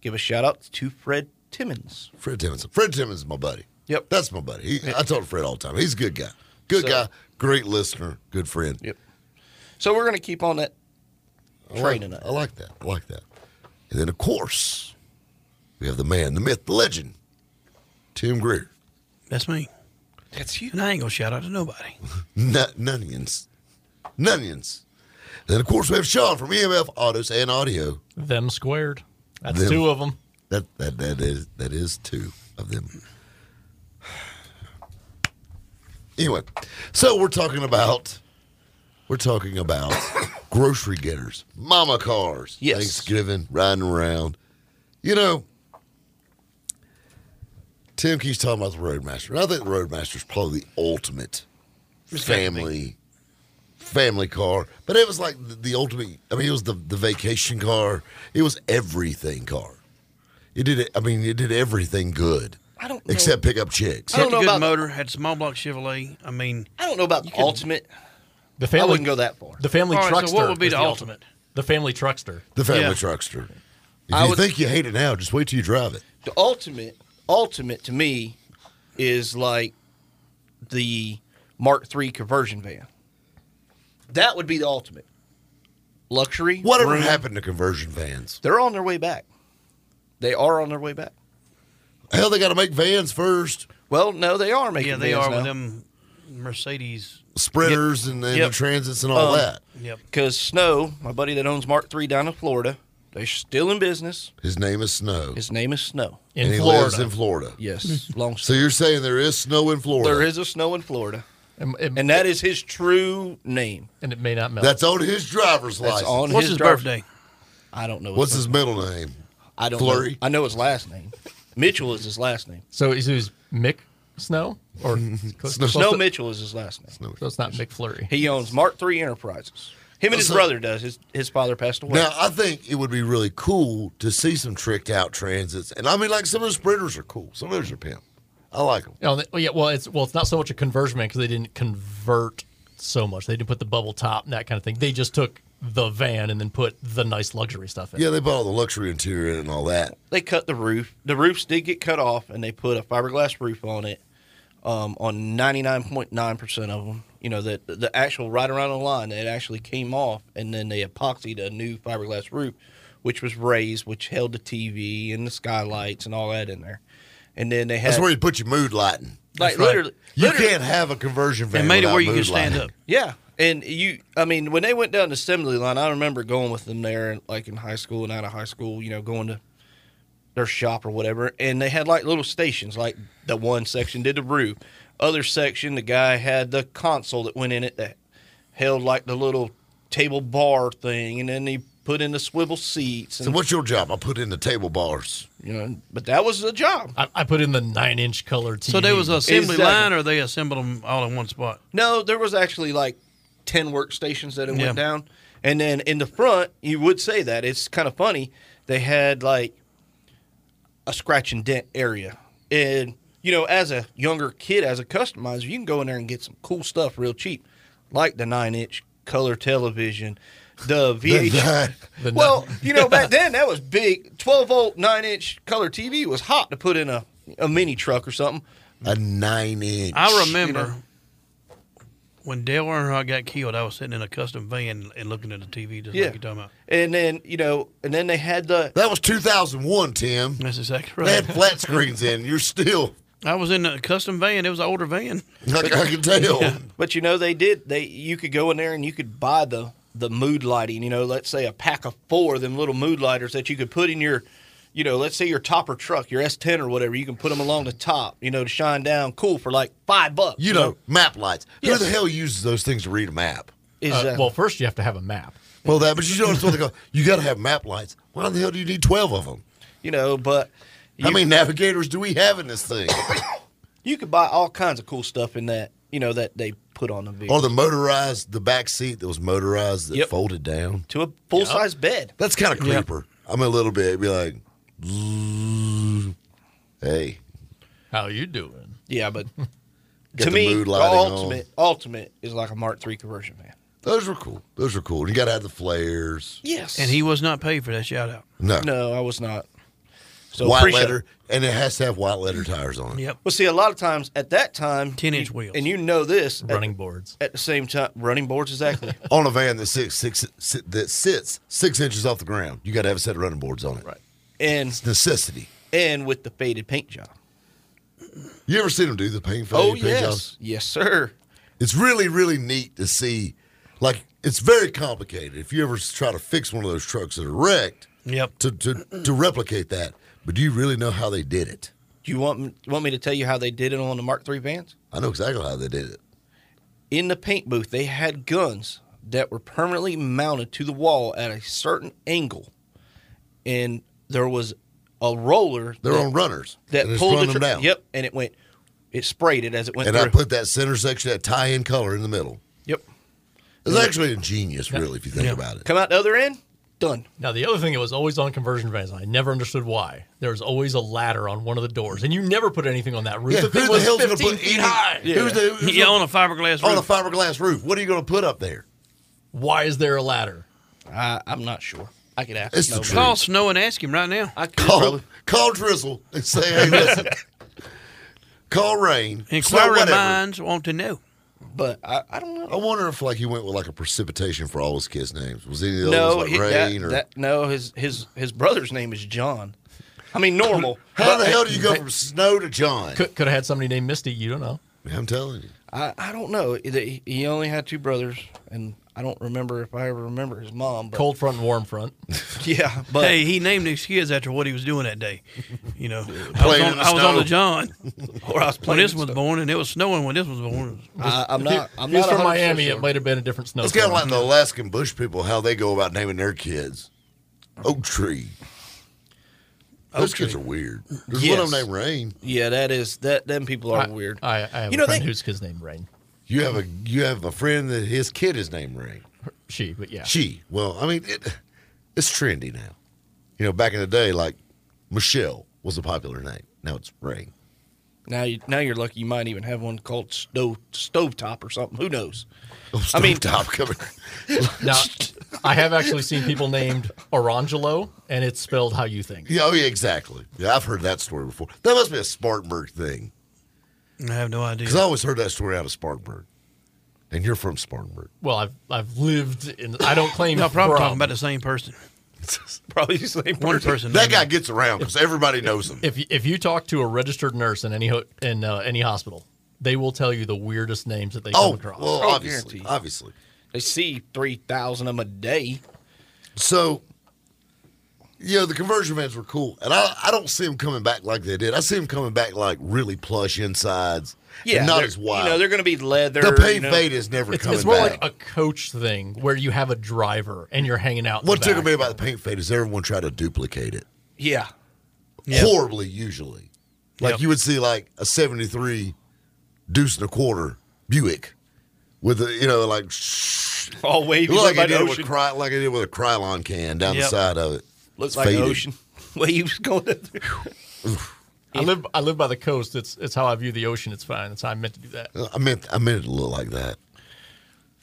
Speaker 3: Give a shout out to Fred Timmons.
Speaker 2: Fred Timmons. Fred Timmons is my buddy.
Speaker 3: Yep.
Speaker 2: That's my buddy. He, I talk to Fred all the time. He's a good guy. Good
Speaker 3: So-
Speaker 2: guy. Great listener. Good friend.
Speaker 3: Yep. So we're going to keep on that
Speaker 2: I
Speaker 3: train
Speaker 2: like,
Speaker 3: tonight.
Speaker 2: I like that. I like that. And then of course, we have the man, the myth, the legend, Tim Greer.
Speaker 4: That's me.
Speaker 3: That's you.
Speaker 4: And I ain't gonna shout out to nobody.
Speaker 2: N- Nunions. Nunions. Then of course we have Sean from EMF Autos and Audio.
Speaker 5: Them squared. That's
Speaker 2: Them.
Speaker 5: two of them.
Speaker 2: That that that is that is two of them. Anyway, so we're talking about we're talking about [COUGHS] grocery getters, mama cars,
Speaker 3: Yes.
Speaker 2: Thanksgiving, riding around. You know, Tim keeps talking about the Roadmaster. I think the Roadmaster's probably the ultimate family family car, but it was like the, the ultimate. I mean, it was the the vacation car. It was everything car. It did. it- I mean, it did everything good.
Speaker 3: I don't know.
Speaker 2: except pick up chicks.
Speaker 3: I don't
Speaker 4: Had a
Speaker 3: know
Speaker 4: good
Speaker 3: about-
Speaker 4: motor. Had small block Chevrolet. I mean,
Speaker 3: I don't know about the ultimate.
Speaker 5: The
Speaker 3: I
Speaker 5: family
Speaker 3: wouldn't go that far.
Speaker 5: The family
Speaker 4: All right,
Speaker 5: truckster.
Speaker 4: so what would be
Speaker 5: is
Speaker 4: the ultimate?
Speaker 5: The family truckster.
Speaker 2: The family
Speaker 4: Yeah.
Speaker 2: truckster. If
Speaker 3: I
Speaker 2: you
Speaker 3: would-
Speaker 2: think you hate it now, just wait till you drive it.
Speaker 3: the ultimate ultimate to me is like the Mark III conversion van. That would be the ultimate luxury.
Speaker 2: Whatever
Speaker 3: room.
Speaker 2: happened to conversion vans?
Speaker 3: They're on their way back. They are on their way back.
Speaker 2: Hell, they got to make vans first.
Speaker 3: Well, no, they are making.
Speaker 4: yeah, they
Speaker 3: vans
Speaker 4: are
Speaker 3: now.
Speaker 4: with them Mercedes.
Speaker 2: Sprinters and, and
Speaker 3: Yep.
Speaker 2: the transits and all
Speaker 3: Um,
Speaker 2: that.
Speaker 4: Yep.
Speaker 3: Because Snow, my buddy that owns Mark III down in Florida, they're still in business.
Speaker 2: His name is Snow,
Speaker 3: His name is Snow.
Speaker 5: In
Speaker 2: and he
Speaker 5: Florida.
Speaker 2: lives in Florida. [LAUGHS]
Speaker 3: Yes, long
Speaker 2: So you're saying there is snow in Florida?
Speaker 3: There is a Snow in Florida,
Speaker 5: and, it,
Speaker 3: and that is his true name.
Speaker 5: and it may not melt.
Speaker 2: That's on his driver's
Speaker 3: That's
Speaker 2: license.
Speaker 3: on
Speaker 4: What's
Speaker 3: his,
Speaker 4: his
Speaker 3: driver-
Speaker 4: birthday?
Speaker 3: I don't know.
Speaker 2: What's his middle name?
Speaker 3: I don't.
Speaker 2: Flurry?
Speaker 3: Know. I know his last name. Mitchell is his last name.
Speaker 5: so is it Mick Snow
Speaker 2: [LAUGHS]
Speaker 5: or close,
Speaker 2: Snow-
Speaker 5: close
Speaker 3: Snow
Speaker 5: to-
Speaker 3: Mitchell is his last name.
Speaker 5: So it's not Mick Flurry.
Speaker 3: He owns Mark III Enterprises. Him and his
Speaker 2: So-
Speaker 3: brother does. His his father passed away.
Speaker 2: Now, I think it would be really cool to see some tricked out transits. And I mean, like some of the sprinters are cool. Some of those are pimp. I like them.
Speaker 5: Oh, they- well, yeah, well, it's well, it's not so much a conversion van because they didn't convert so much. They didn't put the bubble top and that kind of thing. They just took the van and then put the nice luxury stuff in.
Speaker 2: Yeah, they bought all the luxury interior in it and all that.
Speaker 3: they cut the roof. The roofs did get cut off, and they put a fiberglass roof on it. Um, on ninety nine point nine percent of them, you know that the actual right around the line it actually came off, and then they epoxied a new fiberglass roof, which was raised, which held the TV and the skylights and all that in there. And then they had
Speaker 2: That's where you put your mood lighting.
Speaker 3: like literally,
Speaker 2: You
Speaker 3: literally-
Speaker 2: can't have a conversion van.
Speaker 4: They made it
Speaker 2: without
Speaker 4: where you
Speaker 2: mood
Speaker 4: can stand
Speaker 2: lighting.
Speaker 4: up.
Speaker 3: Yeah, and you, I mean, when they went down the assembly line, I remember going with them there, like in high school and out of high school, you know, going to their shop or whatever, and they had like little stations, like the one section did the roof, other section the guy had the console that went in it that held like the little table bar thing, and then he put in the swivel seats, and
Speaker 2: So, what's your job? I put in the table
Speaker 4: [LAUGHS]
Speaker 2: bars.
Speaker 3: you know, but that was the job.
Speaker 5: I, I put in the nine inch color TV.
Speaker 4: So there was an
Speaker 3: [LAUGHS]
Speaker 4: assembly
Speaker 3: Exactly.
Speaker 4: line, or they assembled them all in one spot.
Speaker 3: No, there was actually like ten workstations that it
Speaker 4: Yeah.
Speaker 3: went down, and then in the front, you would say that it's kind of funny. They had like a scratch and dent area, and you know, as a younger kid, as a customizer, you can go in there and get some cool stuff real cheap, like the nine inch color television, the VH.
Speaker 2: That-
Speaker 5: The
Speaker 3: well,
Speaker 5: nut-
Speaker 3: you know, back then that was big. Twelve volt, nine inch color TV was hot to put in a, a mini truck or something.
Speaker 2: [LAUGHS] a nine inch.
Speaker 4: I remember when Dale Earnhardt got killed, I was sitting in a custom van and looking at the TV just
Speaker 3: Yeah.
Speaker 4: like you're talking about.
Speaker 3: And then you know, and then they had the
Speaker 2: That was 2001, Tim.
Speaker 4: That's exactly
Speaker 2: They
Speaker 4: right.
Speaker 2: had flat screens in. You're still.
Speaker 4: I was in a custom van. It was an older van.
Speaker 2: I, I can
Speaker 4: [LAUGHS]
Speaker 2: tell.
Speaker 3: But you know, they did. They you could go in there and you could buy the the mood lighting. You know, let's say a pack of four of them little mood lighters that you could put in your, you know, let's say your topper truck, your S10 or whatever. You can put them along the top. You know, to shine down cool for like five bucks.
Speaker 2: You know, uh, map lights.
Speaker 3: Yeah.
Speaker 2: Who the hell uses those things to read a map?
Speaker 3: Is,
Speaker 5: Uh,
Speaker 3: uh,
Speaker 5: well, first you have to have a map.
Speaker 2: Well, that, but you know what they call. You got to have map lights. Why the hell do you need 12 of them?
Speaker 3: you know, but
Speaker 2: How
Speaker 3: you-
Speaker 2: many navigators do we have in this
Speaker 3: [LAUGHS]
Speaker 2: thing?
Speaker 3: you could buy all kinds of cool stuff in that. You know, that they put on the vehicle
Speaker 2: or the motorized, the back seat that was motorized that
Speaker 3: Yep.
Speaker 2: folded down.
Speaker 3: to a full size bed.
Speaker 2: That's kind of creeper. I'm a little bit be like, hey,
Speaker 5: How you doing?
Speaker 3: Yeah, [LAUGHS] but
Speaker 2: Get
Speaker 3: to
Speaker 2: the
Speaker 3: me,
Speaker 2: mood
Speaker 3: the
Speaker 2: lighting on.
Speaker 3: ultimate ultimate is like a Mark III conversion van.
Speaker 2: those were cool. Those were cool. And you got to have the flares.
Speaker 3: Yes,
Speaker 4: And he was not paid for that shout out.
Speaker 2: No,
Speaker 3: No, I was not. So
Speaker 2: white
Speaker 3: appreciate it.
Speaker 2: leather, and it has to have white leather tires on it.
Speaker 4: Yep.
Speaker 3: Well, see, a lot of times at that time,
Speaker 4: 10-inch
Speaker 3: you-
Speaker 4: wheels.
Speaker 3: and you know this
Speaker 4: Uh,
Speaker 3: at-
Speaker 5: Running boards.
Speaker 3: at, the same time, running
Speaker 2: [LAUGHS]
Speaker 3: boards exactly.
Speaker 2: On a van that six, six, si- that sits six inches off the ground, you got to have a set of running boards on it. Right.
Speaker 3: and
Speaker 2: Necessity.
Speaker 3: and with the faded paint job.
Speaker 2: You ever seen them do the paint?
Speaker 3: oh
Speaker 2: paint
Speaker 3: yes,
Speaker 2: jobs?
Speaker 3: yes sir.
Speaker 2: It's really, really neat to see. Like, it's very complicated. If you ever try to fix one of those trucks that are wrecked,
Speaker 4: Yep.
Speaker 2: to, to, to replicate that, but do you really know how they did it?
Speaker 3: Do you want m- want me to tell you how they did it on the Mark III vans?
Speaker 2: I know exactly how they did it.
Speaker 3: In the paint booth, they had guns that were permanently mounted to the wall at a certain angle, and there was a roller
Speaker 2: They're
Speaker 3: that,
Speaker 2: on runners
Speaker 3: that
Speaker 2: and it's
Speaker 3: pulled
Speaker 2: run
Speaker 3: the
Speaker 2: them
Speaker 3: tr-
Speaker 2: down.
Speaker 3: Yep, and it went. It sprayed it as it went
Speaker 2: And I
Speaker 3: through.
Speaker 2: put that center section, that tie-in color in the middle.
Speaker 3: yep,
Speaker 2: It's actually ingenious, really, if you think
Speaker 4: Yeah.
Speaker 2: about it.
Speaker 3: come out the other end, done.
Speaker 5: Now, the other thing that was always on conversion vans, and I never understood why, there was always a ladder on one of the doors, and you never put anything on that roof.
Speaker 2: Yeah,
Speaker 5: the
Speaker 2: who
Speaker 5: thing
Speaker 2: the
Speaker 5: was
Speaker 2: hell's going to
Speaker 5: 15
Speaker 2: put
Speaker 5: feet
Speaker 2: any-
Speaker 5: high.
Speaker 2: Who's the, who's
Speaker 4: Yeah,
Speaker 2: gonna-
Speaker 4: on a fiberglass
Speaker 2: on a
Speaker 4: roof.
Speaker 2: fiberglass roof? What are you going to put up there?
Speaker 5: Why is there a ladder?
Speaker 3: I, I'm not sure. I could ask.
Speaker 2: It's the
Speaker 3: nobody.
Speaker 2: truth.
Speaker 4: Call Snow and ask him right now.
Speaker 3: I could
Speaker 2: Call,
Speaker 3: probably-
Speaker 2: call Drizzle and say, hey,
Speaker 3: [LAUGHS]
Speaker 2: listen. call Rain. Snow,
Speaker 4: Inquiring
Speaker 2: whatever.
Speaker 4: minds want to know.
Speaker 3: but I, I don't
Speaker 2: I
Speaker 3: know.
Speaker 2: wonder if like he went with like a precipitation for all his kids' names. Was any of those
Speaker 3: No,
Speaker 2: like
Speaker 3: he- that-
Speaker 2: Rain or
Speaker 3: that- no, his his his brother's name is John. I mean, normal.
Speaker 2: How the hell do you go from Snow to John?
Speaker 5: Could, could have had somebody named Misty. You don't know.
Speaker 2: I'm telling you.
Speaker 3: I, I don't know. He he only had two brothers, and I don't remember if I ever remember his mom. But
Speaker 5: Cold front and warm front.
Speaker 3: [LAUGHS] yeah, but
Speaker 4: Hey, he named his kids after what he was doing that day.
Speaker 2: [LAUGHS]
Speaker 4: You know, I was
Speaker 2: Playing
Speaker 4: on,
Speaker 2: in the
Speaker 4: I was on
Speaker 2: snow. [LAUGHS]
Speaker 4: the John
Speaker 3: or I was
Speaker 4: when
Speaker 3: playing
Speaker 4: this
Speaker 3: and
Speaker 4: was
Speaker 3: stuff.
Speaker 4: born, and it was snowing when this was born.
Speaker 3: I, I'm
Speaker 5: If he-
Speaker 3: not. I'm
Speaker 5: if he was
Speaker 3: not
Speaker 5: from
Speaker 3: 100%
Speaker 5: Miami.
Speaker 3: sure.
Speaker 5: It might have been a different snow.
Speaker 2: It's kind of like
Speaker 5: storm.
Speaker 2: the Alaskan bush people, how they go about naming their kids. Oak tree. Those kids are weird. There's one of them
Speaker 3: Yes.
Speaker 2: named Rain.
Speaker 3: Yeah, that is that. Them people are
Speaker 5: I,
Speaker 3: weird.
Speaker 5: I, I have
Speaker 3: You know,
Speaker 5: a friend
Speaker 3: they-
Speaker 5: whose kid's named Rain.
Speaker 2: You have a you have a friend that his kid is named Rain.
Speaker 5: She,
Speaker 2: [LAUGHS]
Speaker 5: but yeah.
Speaker 2: She. Well, I mean, it, it's trendy now. You know, back in the day, like Michelle was a popular name. Now it's Rain.
Speaker 3: now you now you're lucky. You might even have one called stove stovetop or something. Who knows?
Speaker 2: Oh,
Speaker 3: I mean-
Speaker 2: stop coming.
Speaker 5: Now, I have actually seen people named Orangelo, and it's spelled how you think.
Speaker 2: Yeah, oh yeah, exactly. Yeah, I've heard that story before. That must be a Spartanburg thing.
Speaker 4: I have no idea.
Speaker 2: Because I always heard that story out of Spartanburg. And you're from Spartanburg.
Speaker 5: Well, I've I've lived in. I don't claim.
Speaker 4: Y'all probably
Speaker 5: from.
Speaker 4: talking about the
Speaker 2: [LAUGHS]
Speaker 4: same person.
Speaker 3: Probably the same
Speaker 4: One
Speaker 3: person.
Speaker 4: person.
Speaker 2: That guy gets around because everybody knows him.
Speaker 5: [LAUGHS] if you- if you talk to a registered nurse in any ho- in uh, any hospital, they will tell you the weirdest names that they come
Speaker 2: Oh,
Speaker 5: across.
Speaker 2: well,
Speaker 3: Oh,
Speaker 2: obviously,
Speaker 3: guaranteed.
Speaker 2: obviously.
Speaker 3: They see three thousand of them a day.
Speaker 2: So, you know, the conversion vans were cool, and I, I don't see them coming back like they did. I see them coming back like really plush insides, yeah, and not
Speaker 3: they're-
Speaker 2: as wild.
Speaker 3: You know, they're going to be leather.
Speaker 2: the paint
Speaker 3: you know.
Speaker 2: fade is never
Speaker 5: it's,
Speaker 2: coming
Speaker 5: it's more
Speaker 2: back.
Speaker 5: like a coach thing where you have a driver and you're hanging out. in
Speaker 2: what
Speaker 5: the
Speaker 2: took
Speaker 5: back.
Speaker 2: me about the paint fade is everyone tried to duplicate it
Speaker 3: Yeah.
Speaker 4: Yeah.
Speaker 2: horribly, usually. Like
Speaker 4: Yep.
Speaker 2: you would see like a '73 Deuce and a quarter Buick with a you know like shh,
Speaker 3: All wavy.
Speaker 2: like
Speaker 3: Look
Speaker 2: I
Speaker 3: like
Speaker 2: did with
Speaker 3: ocean.
Speaker 2: cry, like I did with a Krylon can down the
Speaker 4: Yep.
Speaker 2: side of it.
Speaker 3: Looks like
Speaker 2: Faded.
Speaker 3: ocean. [LAUGHS] Waves going down there.
Speaker 5: I live I live by the coast. It's it's how I view the ocean. It's fine. It's how I meant to do that.
Speaker 2: I meant I meant it to look like that.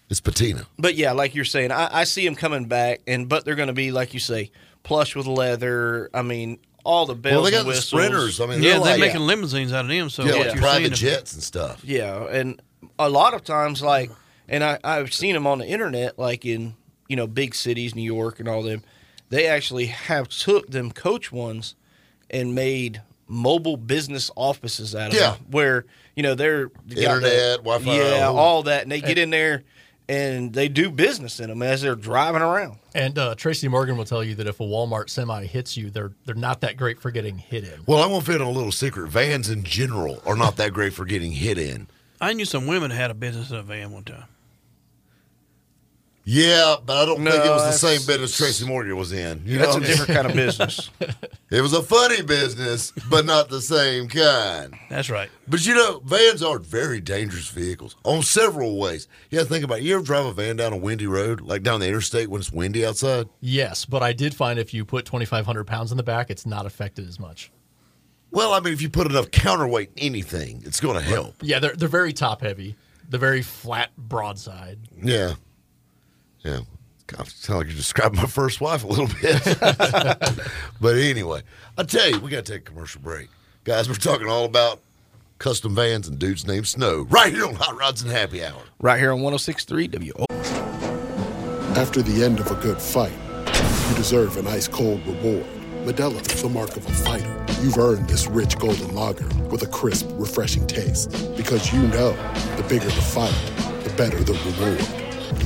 Speaker 2: It's patina.
Speaker 3: But yeah, like you're saying, I, I see them coming back, and but they're going to be like you say, plush with leather. I mean, all the bells.
Speaker 2: Well, they got
Speaker 3: and
Speaker 2: the
Speaker 3: whistles.
Speaker 2: sprinters. I mean,
Speaker 4: Yeah,
Speaker 2: they're
Speaker 4: they're
Speaker 2: like,
Speaker 4: making limousines out of them. So
Speaker 2: yeah,
Speaker 4: what
Speaker 2: like
Speaker 4: you're
Speaker 2: private
Speaker 4: seeing,
Speaker 2: jets and stuff.
Speaker 3: Yeah, and a lot of times, like, and I, I've seen them on the internet, like in you know big cities, New York, and all them. They actually have took them coach ones and made mobile business offices out of
Speaker 2: Yeah.
Speaker 3: them, where you know they're got the-
Speaker 2: Internet, Wi-Fi,
Speaker 3: yeah,
Speaker 2: all-
Speaker 3: all that, and they get in there and they do business in them as they're driving around.
Speaker 5: And uh, Tracy Morgan will tell you that if a Walmart semi hits you, they're they're not that great for getting hit in.
Speaker 2: Well, I'm gonna fit in a little secret. Vans in general are not that great for getting hit in.
Speaker 4: I knew some women that had a business in a van one time.
Speaker 2: Yeah, but I don't
Speaker 3: No,
Speaker 2: think it was the
Speaker 3: that's-
Speaker 2: same business Tracy Morgan was in. You know,
Speaker 3: That's
Speaker 2: what
Speaker 3: a
Speaker 2: I mean?
Speaker 3: different kind of
Speaker 2: [LAUGHS]
Speaker 3: business.
Speaker 2: it was a funny business, but not the same kind.
Speaker 4: That's right.
Speaker 2: But you know, vans are very dangerous vehicles on several ways. Yeah, think about it. You ever drive a van down a windy road, like down the interstate when it's windy outside?
Speaker 5: Yes, but I did find if you put 2,500 pounds in the back, it's not affected as much.
Speaker 2: Well, I mean, if you put enough counterweight in anything, it's going to help.
Speaker 5: Yeah, they're, they're very top heavy, the very flat broadside.
Speaker 2: Yeah. Yeah. God, I sound like you described my first wife a little bit. [LAUGHS] but anyway, I tell you, we got to take a commercial break. Guys, we're talking all about custom vans and dudes named Snow right here on Hot Rods and Happy Hour.
Speaker 3: right here on 1063 W.
Speaker 7: After the end of a good fight, you deserve an ice cold reward. Medella is the mark of a fighter. You've earned this rich golden lager with a crisp, refreshing taste. Because you know the bigger the fight, the better the reward.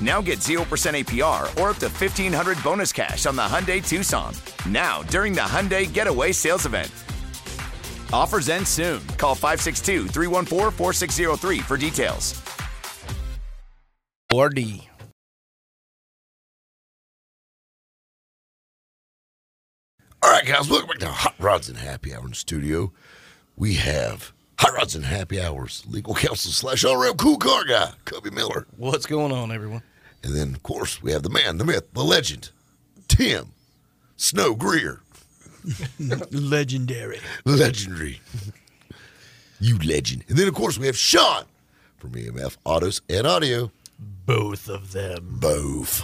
Speaker 8: Now get 0% APR or up to 1500 bonus cash on the Hyundai Tucson. Now, during the Hyundai Getaway Sales Event. Offers end soon. Call 562 314 4603 for details.
Speaker 3: ORD.
Speaker 2: All right, guys, welcome back to Hot Rods and Happy Hour in the studio. We have Hot Rods and Happy Hours legal counsel slash all around cool car guy, Cubby Miller.
Speaker 3: What's going on, everyone?
Speaker 2: And then, of course, we have the man, the myth, the legend, Tim Snow Greer.
Speaker 4: Legendary.
Speaker 2: Legendary. [LAUGHS] you legend. And then, of course, we have Sean from EMF Autos and Audio.
Speaker 5: Both of them.
Speaker 2: Both.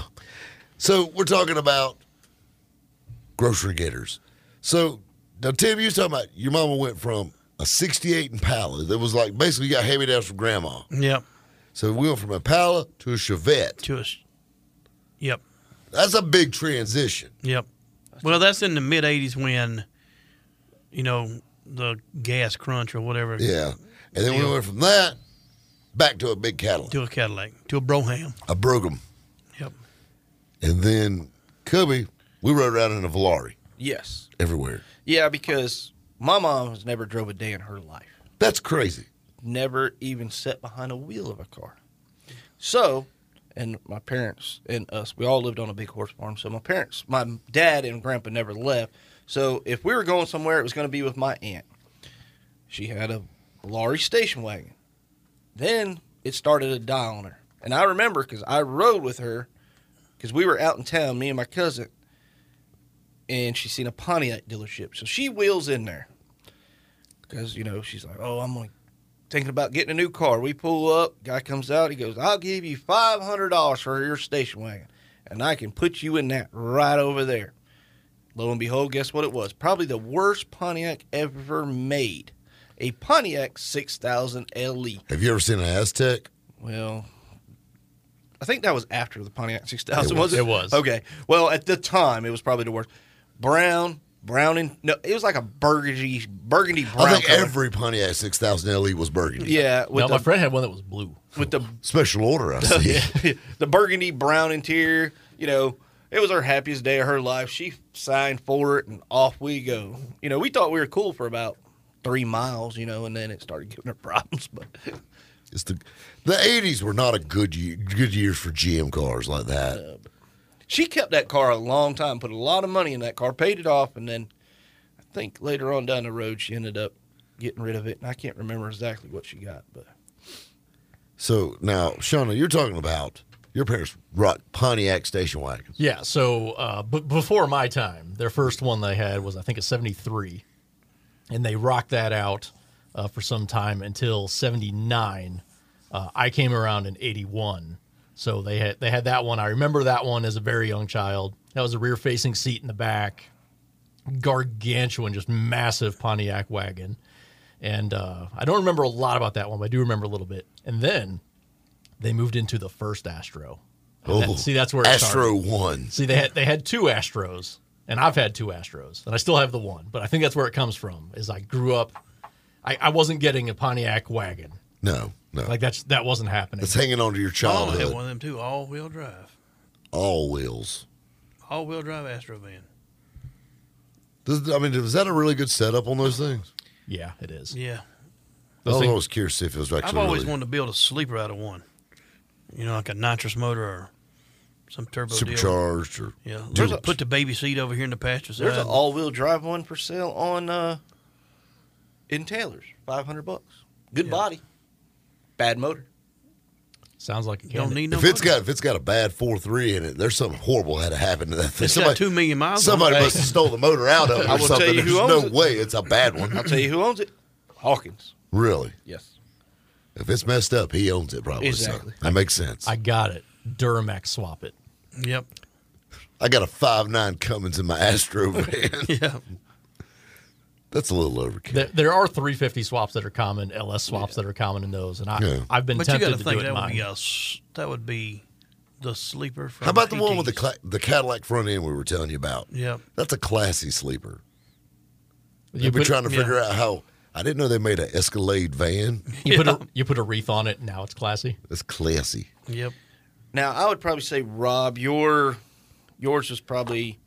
Speaker 2: So we're talking about grocery getters. So now, Tim, you was talking about your mama went from a 68 Impala that was like basically you got hand me downs from grandma.
Speaker 4: Yep.
Speaker 2: So we went from Impala to a Chevette.
Speaker 4: To us. Yep.
Speaker 2: That's a big transition.
Speaker 4: Yep. Well, that's in the mid '80s when, you know, the gas crunch or whatever
Speaker 2: Yeah. And then we
Speaker 4: Deal.
Speaker 2: went from that back to a big Cadillac.
Speaker 4: to a Cadillac to a Broham.
Speaker 2: I broke them.
Speaker 4: Yep.
Speaker 2: And then Cubby, we rode around in a Volari
Speaker 3: Yes.
Speaker 2: everywhere.
Speaker 3: Yeah, because my mom has never drove a day in her life.
Speaker 2: That's crazy.
Speaker 3: Never even sat behind a wheel of a car. So, and my parents and us, we all lived on a big horse farm. So my parents, my dad and grandpa never left. So if we were going somewhere, it was going to be with my aunt. She had a lorry station wagon. Then it started to die on her. And I remember because I rode with her because we were out in town, me and my cousin, and she seen a Pontiac dealership. So she wheels in there because, you know, she's like, oh, I'm like, thinking about getting a new car. We pull up, guy comes out, he goes, I'll give you $500 for your station wagon, and I can put you in that right over there. Lo and behold, guess what it was? Probably the worst Pontiac ever made. A Pontiac 6000 LE.
Speaker 2: Have you ever seen an Aztec?
Speaker 3: E. Well, I think that was after the Pontiac 6000, was
Speaker 5: It was.
Speaker 3: it?
Speaker 5: It was.
Speaker 3: Okay. Well, at the time, it was probably the worst. Brown, brown and no, it was like a burgundy, burgundy brown.
Speaker 2: I think
Speaker 3: color.
Speaker 2: every Pontiac 6000 LE E was burgundy.
Speaker 3: yeah,
Speaker 5: No,
Speaker 3: with
Speaker 5: my
Speaker 3: the,
Speaker 5: friend had one that was blue.
Speaker 3: with the
Speaker 2: Special order, I see.
Speaker 3: [LAUGHS] the burgundy brown interior. You know, it was her happiest day of her life. She signed for it, and off we go. You know, we thought we were cool for about three miles. You know, and then it started giving her [LAUGHS] problems. But
Speaker 2: It's the the 80s were not a good year, good years for GM cars like that.
Speaker 3: she kept that car a long time, put a lot of money in that car, paid it off, and then I think later on down the road she ended up getting rid of it. And I can't remember exactly what she got, but
Speaker 2: So now, Shauna, you're talking about your parents brought Pontiac station wagons.
Speaker 5: Yeah, so uh, b- before my time, their first one they had was I think a '73, and they rocked that out uh, for some time until '79. Uh, I came around in '81, so they had they had that one. I remember that one as a very young child. That was a rear-facing seat in the back, gargantuan, just massive Pontiac wagon. And uh, I don't remember a lot about that one, but I do remember a little bit. And then they moved into the first Astro. And that- see, that's where it started.
Speaker 2: Astro One.
Speaker 5: See, they had they had two Astros, and I've had two Astros, and I still have the one. But I think that's where it comes from. Is I grew up, I, I wasn't getting a Pontiac wagon.
Speaker 2: No, no,
Speaker 5: Like that's that wasn't happening.
Speaker 2: it's hanging on to your
Speaker 4: Paul had
Speaker 2: childhood.
Speaker 4: one of them too, all wheel drive,
Speaker 2: All wheels.
Speaker 4: all wheel drive Astro van.
Speaker 2: Does, I mean, was that a really good setup on those things?
Speaker 5: Yeah, it is.
Speaker 4: Yeah,
Speaker 2: I was
Speaker 5: thing-
Speaker 2: always curious to see if it was actually.
Speaker 4: I've always
Speaker 2: really-
Speaker 4: wanted to build a sleeper out of one. You know, like a nitrous motor or some turbo deal.
Speaker 2: supercharged or
Speaker 4: Yeah,
Speaker 3: There's
Speaker 4: Just
Speaker 3: a-
Speaker 4: put the baby seat over here in the pasture side.
Speaker 3: there's an all-wheel drive one for sale on uh, in Taylor's, five hundred bucks. Good body, bad motor.
Speaker 5: Sounds like a
Speaker 4: don't need no.
Speaker 2: if it's
Speaker 4: money.
Speaker 2: got if it's got a bad four three in it, there's something horrible had to happen to that thing.
Speaker 4: It's got two million miles on it.
Speaker 2: Somebody
Speaker 4: [LAUGHS]
Speaker 2: must have stole the motor out of it
Speaker 3: I
Speaker 2: or
Speaker 3: will tell
Speaker 2: something.
Speaker 3: you
Speaker 2: There's
Speaker 3: who owns
Speaker 2: no
Speaker 3: it.
Speaker 2: way it's a bad one.
Speaker 3: I'll tell you who owns it. Hawkins.
Speaker 2: really,
Speaker 3: Yes.
Speaker 2: if it's messed up, he owns it probably. so
Speaker 3: Exactly.
Speaker 2: that makes sense.
Speaker 5: I
Speaker 2: I,
Speaker 5: got it. Duramax swap it.
Speaker 4: yep.
Speaker 2: got a five nine Cummins in my
Speaker 4: [LAUGHS]
Speaker 2: Astro van.
Speaker 4: Yeah,
Speaker 2: That's a little overkill.
Speaker 5: There, there are 350 swaps that are common, LS swaps that are common in those, and I
Speaker 2: Yeah.
Speaker 5: I've been
Speaker 4: but you
Speaker 5: tempted
Speaker 4: got to
Speaker 5: to do
Speaker 4: think
Speaker 5: it in
Speaker 4: that would
Speaker 5: mine.
Speaker 4: be a, s- that would be the sleeper. From
Speaker 2: How about the one with the
Speaker 4: 80s.
Speaker 2: cla- the Cadillac front end we were telling you about?
Speaker 4: Yep.
Speaker 2: That's a classy sleeper.
Speaker 5: You
Speaker 2: You've been
Speaker 5: put,
Speaker 2: trying to
Speaker 4: yeah.
Speaker 2: figure out how. I didn't know they made an Escalade van.
Speaker 5: you
Speaker 2: [LAUGHS]
Speaker 5: put a you put a wreath on it. Now it's classy.
Speaker 2: That's classy.
Speaker 4: Yep.
Speaker 3: Now I would probably say Rob, your yours was probably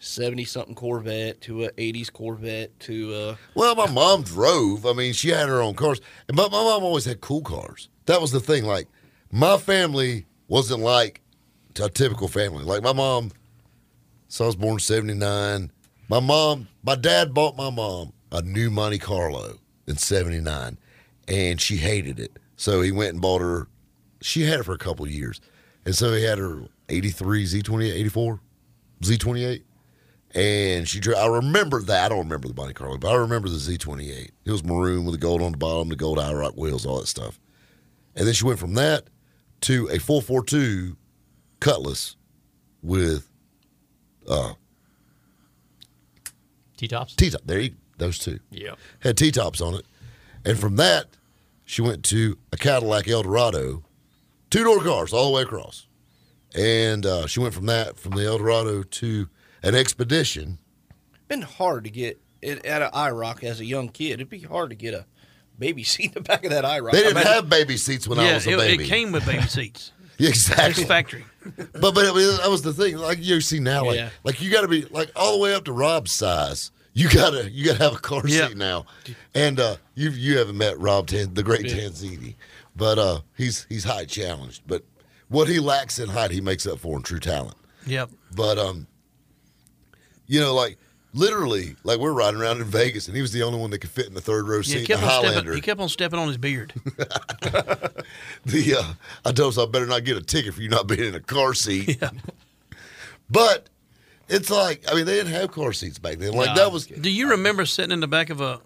Speaker 3: seventy something Corvette to a eighties Corvette to uh, a
Speaker 2: Well, my mom drove. I mean, she had her own cars, but my mom always had cool cars. That was the thing. Like, my family wasn't like a typical family. Like my mom, so I was born '79. My mom, my dad bought my mom a new Monte Carlo in '79, and she hated it. So he went and bought her. She had it for a couple of years, and so he had her '83 Z28, '84 Z28 and she drove. I remember that. I don't remember the Monte Carlo, but I remember the Z28. It was maroon with the gold on the bottom, the gold IROC wheels, all that stuff. And then she went from that to a 442 Cutlass with
Speaker 5: T tops.
Speaker 2: T top. There, you, those two
Speaker 5: Yeah.
Speaker 2: had T tops on it. And from that, she went to a Cadillac Eldorado, two door cars all the way across. And uh, she went from that, from the Eldorado to an Expedition.
Speaker 3: been hard to get it at an IROC as a young kid. It'd be hard to get a baby [LAUGHS] seat in the back of that IROC.
Speaker 2: They didn't
Speaker 3: I mean,
Speaker 2: have baby seats when I
Speaker 4: yeah,
Speaker 2: was a
Speaker 4: it,
Speaker 2: baby.
Speaker 4: it came with baby seats. It's
Speaker 2: [LAUGHS] exactly.
Speaker 4: factory.
Speaker 2: But but it was, that was the thing. Like you see now, like
Speaker 3: Yeah.
Speaker 2: like you got to be like all the way up to Rob's size. You gotta you gotta have a car
Speaker 4: Yeah.
Speaker 2: seat now. And uh, you you haven't met Rob Tan, the great Tanzini, but uh, he's he's height challenged. But what he lacks in height, he makes up for in true talent.
Speaker 4: Yep.
Speaker 2: But um, you know, like literally, like we're riding around in Vegas, and he was the only one that could fit in the third row
Speaker 4: Yeah, he
Speaker 2: seat. The
Speaker 4: kept on stepping.
Speaker 2: Highlander.
Speaker 4: He kept on stepping on his beard.
Speaker 2: the uh, I told us I better not get a ticket for you not being in a car seat. But it's like I mean they didn't have car seats back then. Like that was
Speaker 4: Do you remember sitting in the back of a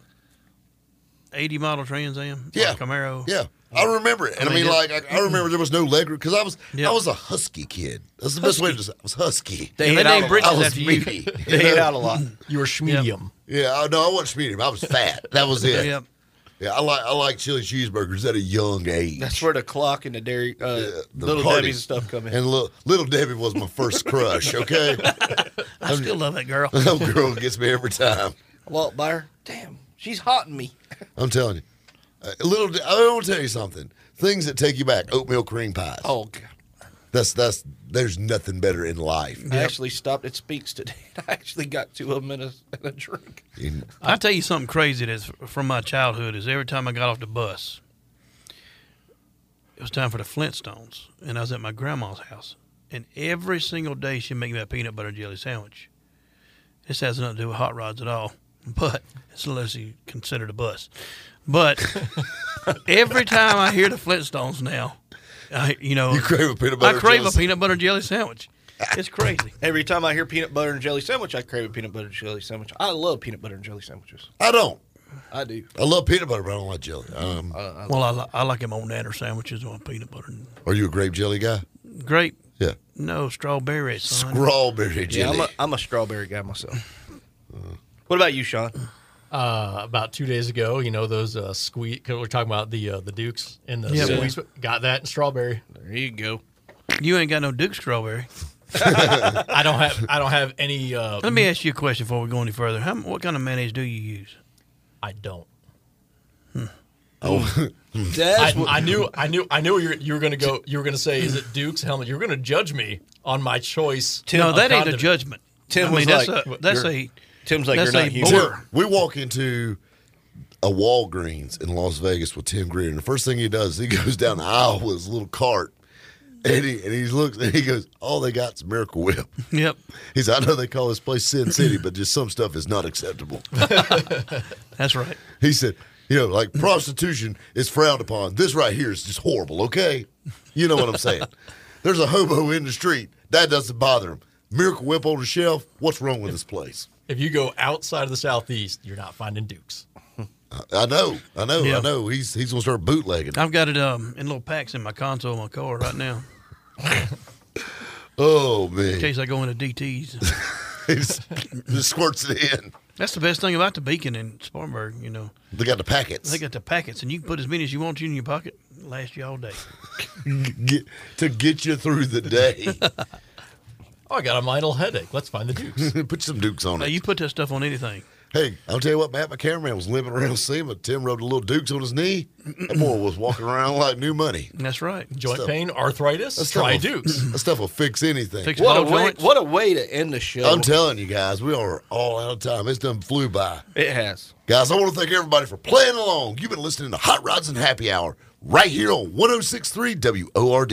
Speaker 4: eighty model Trans Am?
Speaker 2: yeah
Speaker 4: Or Camaro.
Speaker 2: Yeah, I remember it, and I
Speaker 4: mean,
Speaker 2: mean,
Speaker 4: yeah.
Speaker 2: like I, I remember there was no leg because I was
Speaker 4: Yeah.
Speaker 2: I was a husky kid. That's the best way to describe. I was husky.
Speaker 3: They
Speaker 4: Yeah,
Speaker 3: ate
Speaker 4: they
Speaker 3: out
Speaker 4: named
Speaker 3: a lot.
Speaker 4: bridges
Speaker 2: I was
Speaker 4: after you.
Speaker 2: meaty. [LAUGHS]
Speaker 3: They ate out a lot.
Speaker 5: You were schmedium.
Speaker 2: yeah, I- no, I wasn't medium. I was fat. That was it.
Speaker 4: Yep.
Speaker 2: Yeah, I like I like chili cheeseburgers at a young age.
Speaker 3: That's where the clock and the dairy, uh,
Speaker 2: The
Speaker 3: little
Speaker 2: party-
Speaker 3: Debbie's stuff come in.
Speaker 2: And little, little Debbie was my first crush. Okay,
Speaker 4: [LAUGHS] I still love that girl.
Speaker 2: that girl gets me every time.
Speaker 3: I walked by her. Damn, she's hotting me.
Speaker 2: I'm telling you, Uh, little. De- I want to tell you something. Things that take you back: oatmeal cream pies.
Speaker 3: Oh, God.
Speaker 2: That's that's. There's nothing better in life.
Speaker 3: I actually stopped at Speaks today. [LAUGHS] I actually got two of them in a, in a drink.
Speaker 2: In-
Speaker 4: I tell you something crazy that's from my childhood is every time I got off the bus, it was time for the Flintstones, and I was at my grandma's house, and every single day she'd make me a peanut butter and jelly sandwich. This has nothing to do with hot rods at all, [LAUGHS] but it's unless you consider the bus.
Speaker 2: [LAUGHS]
Speaker 4: But every time I hear the Flintstones now, I you know
Speaker 2: You crave a peanut butter
Speaker 4: I crave
Speaker 2: jelly
Speaker 4: a peanut butter and jelly sandwich.
Speaker 2: [LAUGHS]
Speaker 4: It's crazy.
Speaker 3: Every time I hear peanut butter and jelly sandwich, I crave a peanut butter and jelly sandwich. I love peanut butter and jelly sandwiches.
Speaker 2: I don't.
Speaker 3: I do.
Speaker 2: I
Speaker 3: Uh.
Speaker 2: love peanut butter, but I don't like jelly. Um,
Speaker 4: Well, I, li- I like them on natter sandwiches on peanut butter and
Speaker 2: are you a grape jelly guy?
Speaker 4: grape.
Speaker 2: Yeah.
Speaker 4: No strawberry, son.
Speaker 2: Strawberry
Speaker 3: Yeah,
Speaker 2: jelly.
Speaker 3: I'm a, I'm a strawberry guy myself. What about you, Sean?
Speaker 5: Uh, about two days ago, you know those uh, squeeze. Cause we're talking about the uh, the Dukes and the
Speaker 4: Yeah, but-
Speaker 5: squeeze. Got that in strawberry.
Speaker 3: There you go.
Speaker 4: You ain't got no Duke strawberry.
Speaker 5: I don't have I don't have any. Uh,
Speaker 4: Let me ask you a question before we go any further. How, what kind of mayonnaise do you use?
Speaker 5: I don't. I,
Speaker 3: Hmm. Oh.
Speaker 4: [LAUGHS]
Speaker 3: [LAUGHS] That's what,
Speaker 5: I knew I knew I knew you were, you were gonna go. You were gonna say, "Is it Duke's helmet?" You were gonna judge me on my choice.
Speaker 4: no,
Speaker 5: of
Speaker 4: that ain't a
Speaker 5: condiment.
Speaker 4: judgment.
Speaker 3: Tim
Speaker 4: I mean,
Speaker 3: was
Speaker 4: that's
Speaker 3: like,
Speaker 4: a that's a
Speaker 3: Tim's like,
Speaker 4: that's
Speaker 3: you're not
Speaker 4: a
Speaker 3: human.
Speaker 4: board.
Speaker 2: We walk into a Walgreens in Las Vegas with Tim Greer, and the first thing he does, he [LAUGHS] goes down the aisle with his little cart, and he and he looks and he goes, "All they got's Miracle Whip."
Speaker 4: Yep.
Speaker 2: He said, "I know they call this place Sin City, but just some stuff is not acceptable."
Speaker 4: That's right.
Speaker 2: He said, "You know, like prostitution is frowned upon. This right here is just horrible." Okay, you know what I'm
Speaker 4: [LAUGHS]
Speaker 2: saying? There's a hobo in the street that doesn't bother him. Miracle Whip on the shelf. What's wrong with this place?
Speaker 5: If you go outside of the southeast, you're not finding Dukes.
Speaker 2: I know, I know,
Speaker 4: Yeah.
Speaker 2: I know. He's he's gonna start bootlegging.
Speaker 4: I've got it um in little packs in my console of my car right now.
Speaker 2: Oh
Speaker 4: In
Speaker 2: man,
Speaker 4: case I go
Speaker 3: [LAUGHS]
Speaker 4: into DTS.
Speaker 2: [LAUGHS] He's- just squirts it in.
Speaker 4: That's the best thing about the beacon in Spartanburg, you know.
Speaker 2: They got the packets.
Speaker 4: They got the packets and you can put as many as you want in your pocket. Last you all day.
Speaker 2: Get- to get you through the
Speaker 4: [LAUGHS]
Speaker 2: day. [LAUGHS]
Speaker 5: Oh, I got a minor headache. Let's find the
Speaker 3: [LAUGHS]
Speaker 5: Dukes.
Speaker 2: Put some dukes on
Speaker 4: Now,
Speaker 2: it.
Speaker 4: you put that stuff on anything.
Speaker 2: Hey, I'll tell you what, Matt, my cameraman was limping around SEMA. Tim rubbed a little dukes on his knee. That boy was walking around like new money.
Speaker 4: That's right.
Speaker 5: Joint pain, arthritis.
Speaker 2: That's
Speaker 5: try
Speaker 2: tough. [CLEARS THROAT]
Speaker 5: Dukes.
Speaker 2: That stuff will fix anything.
Speaker 4: Fix
Speaker 3: What a
Speaker 4: ball
Speaker 3: way!
Speaker 4: joints.
Speaker 3: What a way to end the show.
Speaker 2: I'm telling you guys, we are all out of time. It's done flew by.
Speaker 3: it has.
Speaker 2: Guys, I want to thank everybody for playing along. You've been listening to Hot Rods and Happy Hour right here on 1063 WORD.